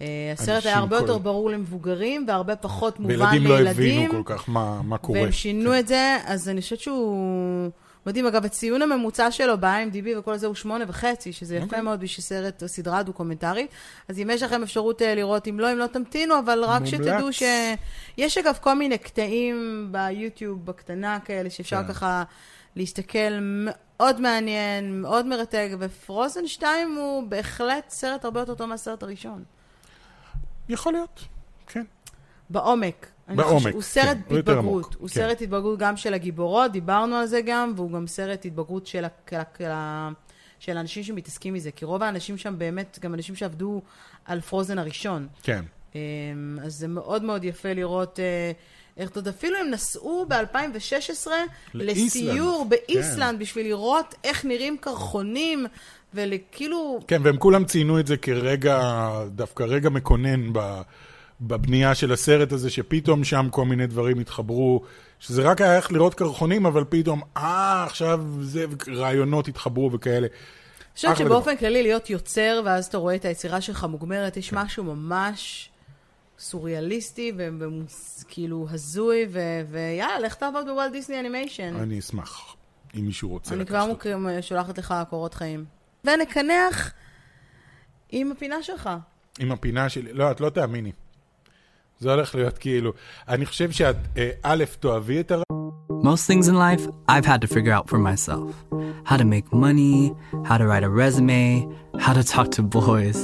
אה, הסרט אנשים היה הרבה כל- יותר ברור למבוגרים, והרבה פחות מובן לילדים. וילדים לא הבינו כל כך מה מה קורה. כן. והם שינו את זה, אז אני חושבת שהוא מדהים. אגב, הציון הממוצע שלו ב-IMDb וכל זה הוא שמונה וחצי, שזה יפה אוקיי. מאוד בשביל סרט או סדרה דוקומנטרית. אז אם יש לכם אפשרות אה, לראות, אם לא, אם לא תמתינו, אבל רק מומלץ. שתדעו ש... יש אגב כל מיני קטעים ביוטיוב בקטנה כאלה, שאפשר כן. ככה להסתכל מאוד מעניין, מאוד מרתק, ופרוזן 2 הוא בהחלט סרט הרבה יותר טוב מהסרט הראשון. יכול להיות, כן. בעומק. אני בעומק, חושב- הוא סרט כן, הוא יותר התבגרות. עמוק, הוא כן. סרט התבגרות גם של הגיבורות, דיברנו על זה גם, והוא גם סרט התבגרות של, ה- של, ה- של, ה- של האנשים שמתעסקים מזה, כי רוב האנשים שם באמת, גם אנשים שעבדו על פרוזן הראשון. כן. אמ, אז זה מאוד מאוד יפה לראות אה, איך זאת, אפילו הם נסעו ב-2016 לאיסלנד. לסיור כן. באיסלנד בשביל לראות איך נראים קרחונים, וכאילו, כן, והם כולם ציינו את זה כרגע, דווקא רגע מקונן ב, בבנייה של הסרט הזה, שפתאום שם כל מיני דברים התחברו, שזה רק היה איך לראות קרחונים, אבל פתאום, אה, עכשיו זה, רעיונות התחברו וכאלה. אני חושבת אחלה שבאופן כללי להיות יוצר, ואז אתה רואה את היצירה שלך מוגמרת, כן. יש משהו ממש סוריאליסטי וכאילו הזוי, ו- ויאללה, לך תעבוד בוולט דיסני אנימיישן. אני אשמח, אם מישהו רוצה אני לקחת כבר אותו. מוק- שולחת לך קורות חיים. ונקנח עם הפינה שלך. עם הפינה שלי, לא, את לא תאמיני. זה הולך להיות כאילו, אני חושב שאת, אה, א', תאהבי את הרעיון. Most things in life, I've had to figure out for myself how to make money, how to write a resume, how to talk to boys.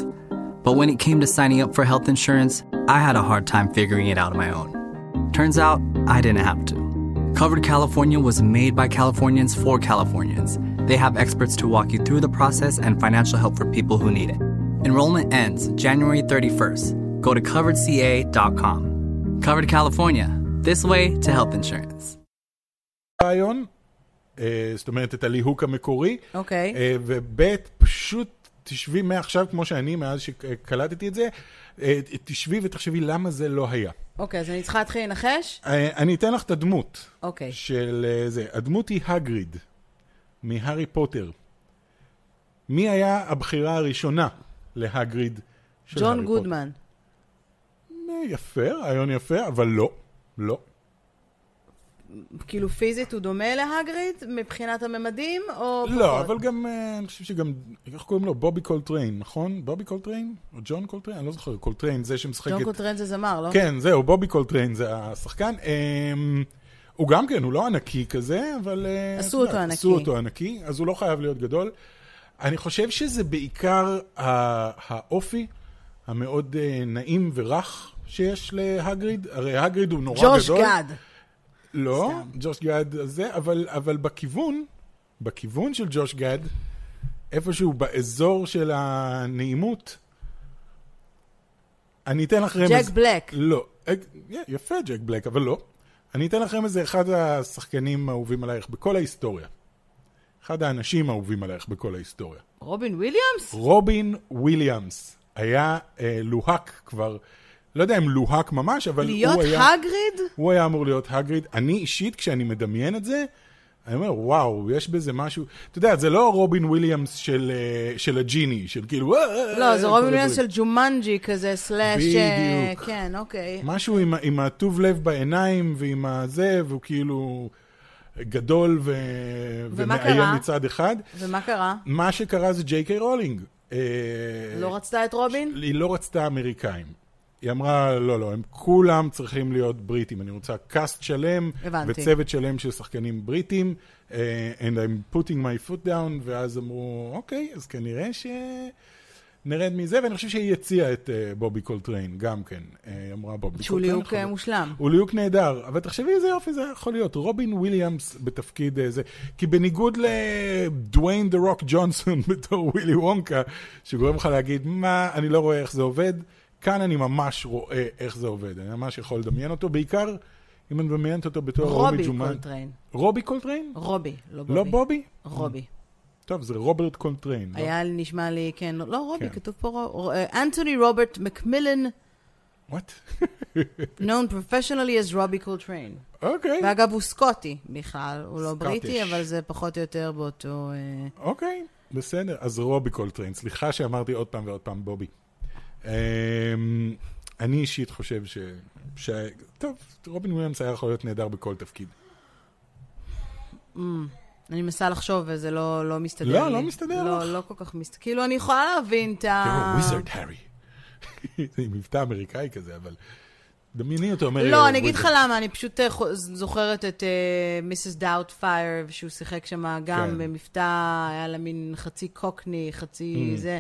But when it came to signing up for health insurance, I had a hard time figuring it out on my own. Turns out, I didn't have to. Covered California was made by Californians for Californians. They have experts to walk you through the process and financial help for people who need it. Enrollment ends January 31st. Go to coveredca.com. Covered California, this way to health insurance. הרעיון, אה, זאת אומרת, את הליהוק המקורי. אוקיי. אה, וב' פשוט תשבי מעכשיו, כמו שאני, מאז שקלטתי את זה, אה, תשבי ותחשבי למה זה לא היה. אוקיי, אז אני צריכה להתחיל לנחש? אה, אני אתן לך את הדמות אוקיי. של אה, זה. הדמות היא הגריד, מהארי פוטר. מי היה הבחירה הראשונה להגריד של הארי ג'ון פוטר? גודמן. אה, יפה, רעיון יפה, אבל לא, לא. כאילו פיזית הוא דומה להגריד מבחינת הממדים, או פחות? לא, אבל גם, אה, אני חושב שגם, איך קוראים לו? בובי קולטריין, נכון? בובי קולטריין? או ג'ון קולטריין? אני לא זוכר. קולטריין זה שמשחק ג'ון את קוטרן זה זמר, לא? כן, זהו, בובי קולטריין זה השחקן. אמ, הוא גם כן, הוא לא ענקי כזה, אבל... אה, עשו אתה אותו יודע, ענקי. עשו אותו ענקי, אז הוא לא חייב להיות גדול. אני חושב שזה בעיקר ה- האופי המאוד אה, נעים ורך שיש להגריד. הרי הגריד הוא נורא גדול. ג'וש גד. לא, ג'וש גד זה, אבל, אבל בכיוון, בכיוון של ג'וש גד, איפשהו באזור של הנעימות, אני אתן לך רמז. ג'ק בלק. לא, אה, יפה ג'ק בלק, אבל לא. אני אתן לך רמז, זה אחד השחקנים האהובים עלייך בכל ההיסטוריה. אחד האנשים האהובים עלייך בכל ההיסטוריה. רובין וויליאמס? רובין וויליאמס היה אה, לוהק כבר, לא יודע אם לוהק ממש, אבל הוא היה... להיות הגריד? הוא היה אמור להיות הגריד. אני אישית, כשאני מדמיין את זה, אני אומר, וואו, יש בזה משהו... אתה יודע, זה לא רובין וויליאמס של, אה, של הג'יני, של כאילו... "וואו", לא, זה כל רובין וויליאמס הדברים. של ג'ומנג'י כזה, סלאש... אה, בדיוק. כן, אוקיי. משהו עם, ה- עם הטוב לב בעיניים ועם הזה, והוא כאילו גדול ו... ומה ומאיים קרה? מצד אחד. ומה קרה? מה שקרה זה ג'יי קיי רולינג. אה, לא רצתה את רובין? היא לא רצתה אמריקאים. היא אמרה, לא, לא, הם כולם צריכים להיות בריטים. אני רוצה קאסט שלם, הבנתי. וצוות שלם של שחקנים בריטים, uh, and I'm putting my foot down, ואז אמרו, אוקיי, אז כנראה שנרד מזה, ואני חושב שהיא הציעה את uh, בובי קולטריין, גם כן. Uh, היא אמרה בובי שהוא קולטריין. לא-" ליהוק חבר- אה, מושלם. הוא ליהוק נהדר, אבל תחשבי איזה יופי זה יכול להיות, רובין וויליאמס בתפקיד אה, זה, כי בניגוד לדוויין דה רוק ג'ונסון [laughs] בתור ווילי וונקה, שגורם לך להגיד, מה, אני לא רואה איך זה עובד, כאן אני ממש רואה איך זה עובד, אני ממש יכול לדמיין אותו, בעיקר אם אני מדמיינת אותו בתור רובי לא, רובי ג'ומן. קולטריין. רובי קולטריין? רובי, לא בובי. לא בובי? רובי. טוב, זה רוברט קולטריין. לא? היה לי- נשמע לי, כן, לא, לא רובי, כן. כתוב פה רובי. אנתוני רוברט מקמילן, What? known professionally as רובי קולטריין. אוקיי, ואגב, הוא סקוטי בכלל, הוא לא סקוטיש. בריטי, אבל זה פחות או יותר באותו... אה, אוקיי, בסדר. אז רובי קולטריין, סליחה שאמרתי עוד פעם ועוד פעם בובי. אמ, אני אישית חושב ש... ש... טוב, רובין וויליאמס היה יכול להיות נהדר בכל תפקיד. אה. אני מנסה לחשוב, וזה לא, לא מסתדר לא, לי. לא מסתדר לך. לא, לא כל כך מסתדר. כאילו, אני יכולה להבין את You're ה... a wizard, הארי. [laughs] זה עם מבטא אמריקאי כזה, אבל... דמייני אותו אומר... "You're לא, a אני אגיד לך wizard". למה, אני פשוט אה, חו- זוכרת את אה, מיסס דאוטפייר, שהוא שיחק שם כן. גם במבטא, היה לה מין חצי קוקני, Mm. חצי זה.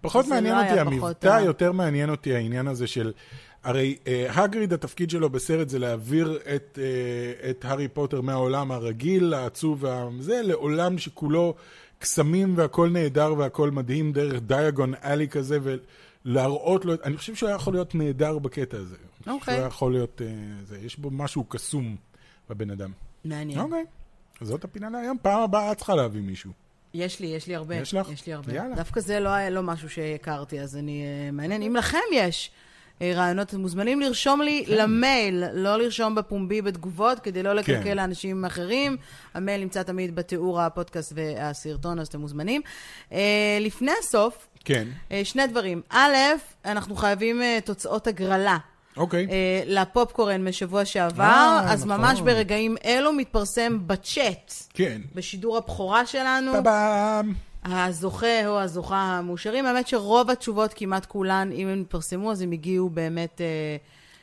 פחות זה מעניין לא אותי היה פחות המבטא, ה- יותר מעניין אותי העניין הזה של... הרי אה, הגריד, התפקיד שלו בסרט זה להעביר את, אה, את הארי פוטר מהעולם הרגיל, העצוב והזה, לעולם שכולו קסמים והכל נהדר והכל מדהים דרך דייגון אלי כזה, ולהראות לו... את- אני חושב שהוא היה יכול להיות נהדר בקטע הזה. אני חושב שהוא אוקיי. היה יכול להיות... אה, זה, יש בו משהו קסום בבן אדם. מעניין. אוקיי. אז זאת הפינה להיום. פעם הבאה את צריכה להביא מישהו. יש לי, יש לי הרבה. יש לך? יש לי הרבה. יאללה. דווקא זה לא היה- לא משהו שהכרתי, אז אני... אה, מעניין. אם לכם יש אה, רעיונות, אתם מוזמנים לרשום לי כן. למייל, לא לרשום בפומבי בתגובות, כדי לא לקלקל כן. לאנשים אחרים. המייל נמצא תמיד בתיאור הפודקאסט והסרטון, אז אתם מוזמנים. אה, לפני הסוף, כן. אה, שני דברים. א', אנחנו חייבים אה, תוצאות הגרלה. אוקיי. אה, לפופקורן משבוע שעבר, אה, אז נכון. ממש ברגעים אלו מתפרסם בצ'אט, כן. בשידור הבכורה שלנו, טאבאם. הזוכה או הזוכה המאושרים. האמת שרוב התשובות, כמעט כולן, אם הן פרסמו, אז הם הגיעו באמת... אה,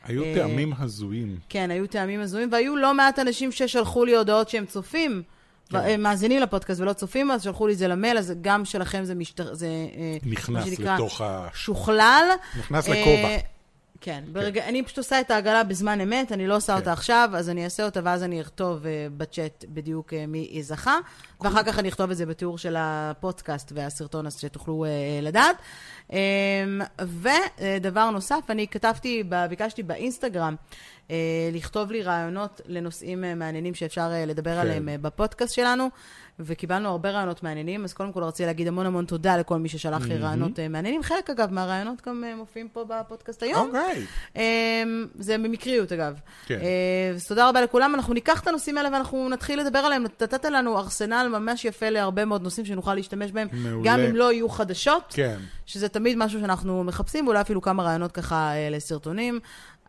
היו אה, טעמים הזויים. כן, היו טעמים הזויים, והיו לא מעט אנשים ששלחו לי הודעות שהם צופים. כן. ו- הם מאזינים לפודקאסט ולא צופים, אז שלחו לי את זה למייל, אז גם שלכם זה משתר... זה... אה, מה נכנס שנקרא, לתוך ה... שוכלל. נכנס אה, לכובע. כן, ברגע, אני פשוט עושה את העגלה בזמן אמת, אני לא כן. עושה אותה עכשיו, אז אני אעשה אותה ואז אני אכתוב אה, בצ'אט בדיוק אה, מי זכה, ואחר כך אני אכתוב את זה בתיאור של הפודקאסט והסרטון, אז שתוכלו אה, לדעת. אמ, ודבר נוסף, אני כתבתי, ב- ביקשתי באינסטגרם אה, לכתוב לי רעיונות לנושאים אה, מעניינים שאפשר אה, לדבר כן. עליהם אה, בפודקאסט שלנו, וקיבלנו הרבה רעיונות מעניינים, אז קודם כל רציתי להגיד המון המון תודה לכל מי ששלח לי רעיונות אה, מעניינים. חלק, אגב, מהרעיונות גם אה, מופיעים פה בפודקאסט היום. אוקיי. אמ, זה במקריות אגב. כן. אה, אז תודה רבה לכולם, אנחנו ניקח את הנושאים האלה ואנחנו נתחיל לדבר עליהם. נתת לנו ארסנל ממש יפה להרבה מאוד נושאים שנוכל להשתמש בהם, מעולה. גם אם לא יהיו חדשות, כן. שזה תמיד משהו שאנחנו מחפשים, ואולי אפילו כמה רעיונות ככה אה, לסרטונים.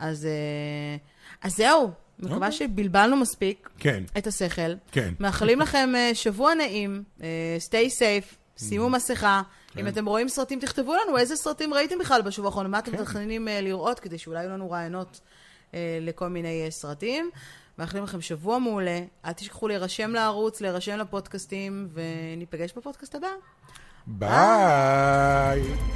אז אה, אז זהו, מקווה שבלבלנו מספיק אוקיי. כן. את השכל. כן. מאחלים לכם אה, שבוע נעים, אה, stay safe, Mm. שימו מסכה. כן. אם אתם רואים סרטים, תכתבו לנו איזה סרטים ראיתם בכלל בשבוע כן. האחרון, מה אתם מתכננים אה, לראות, כדי שאולי יהיו לנו רעיונות אה, לכל מיני אה, סרטים. מאחלים לכם שבוע מעולה. אל תשכחו להירשם לערוץ, להירשם לפודקאסטים, וניפגש בפודקאסט הבא. ביי.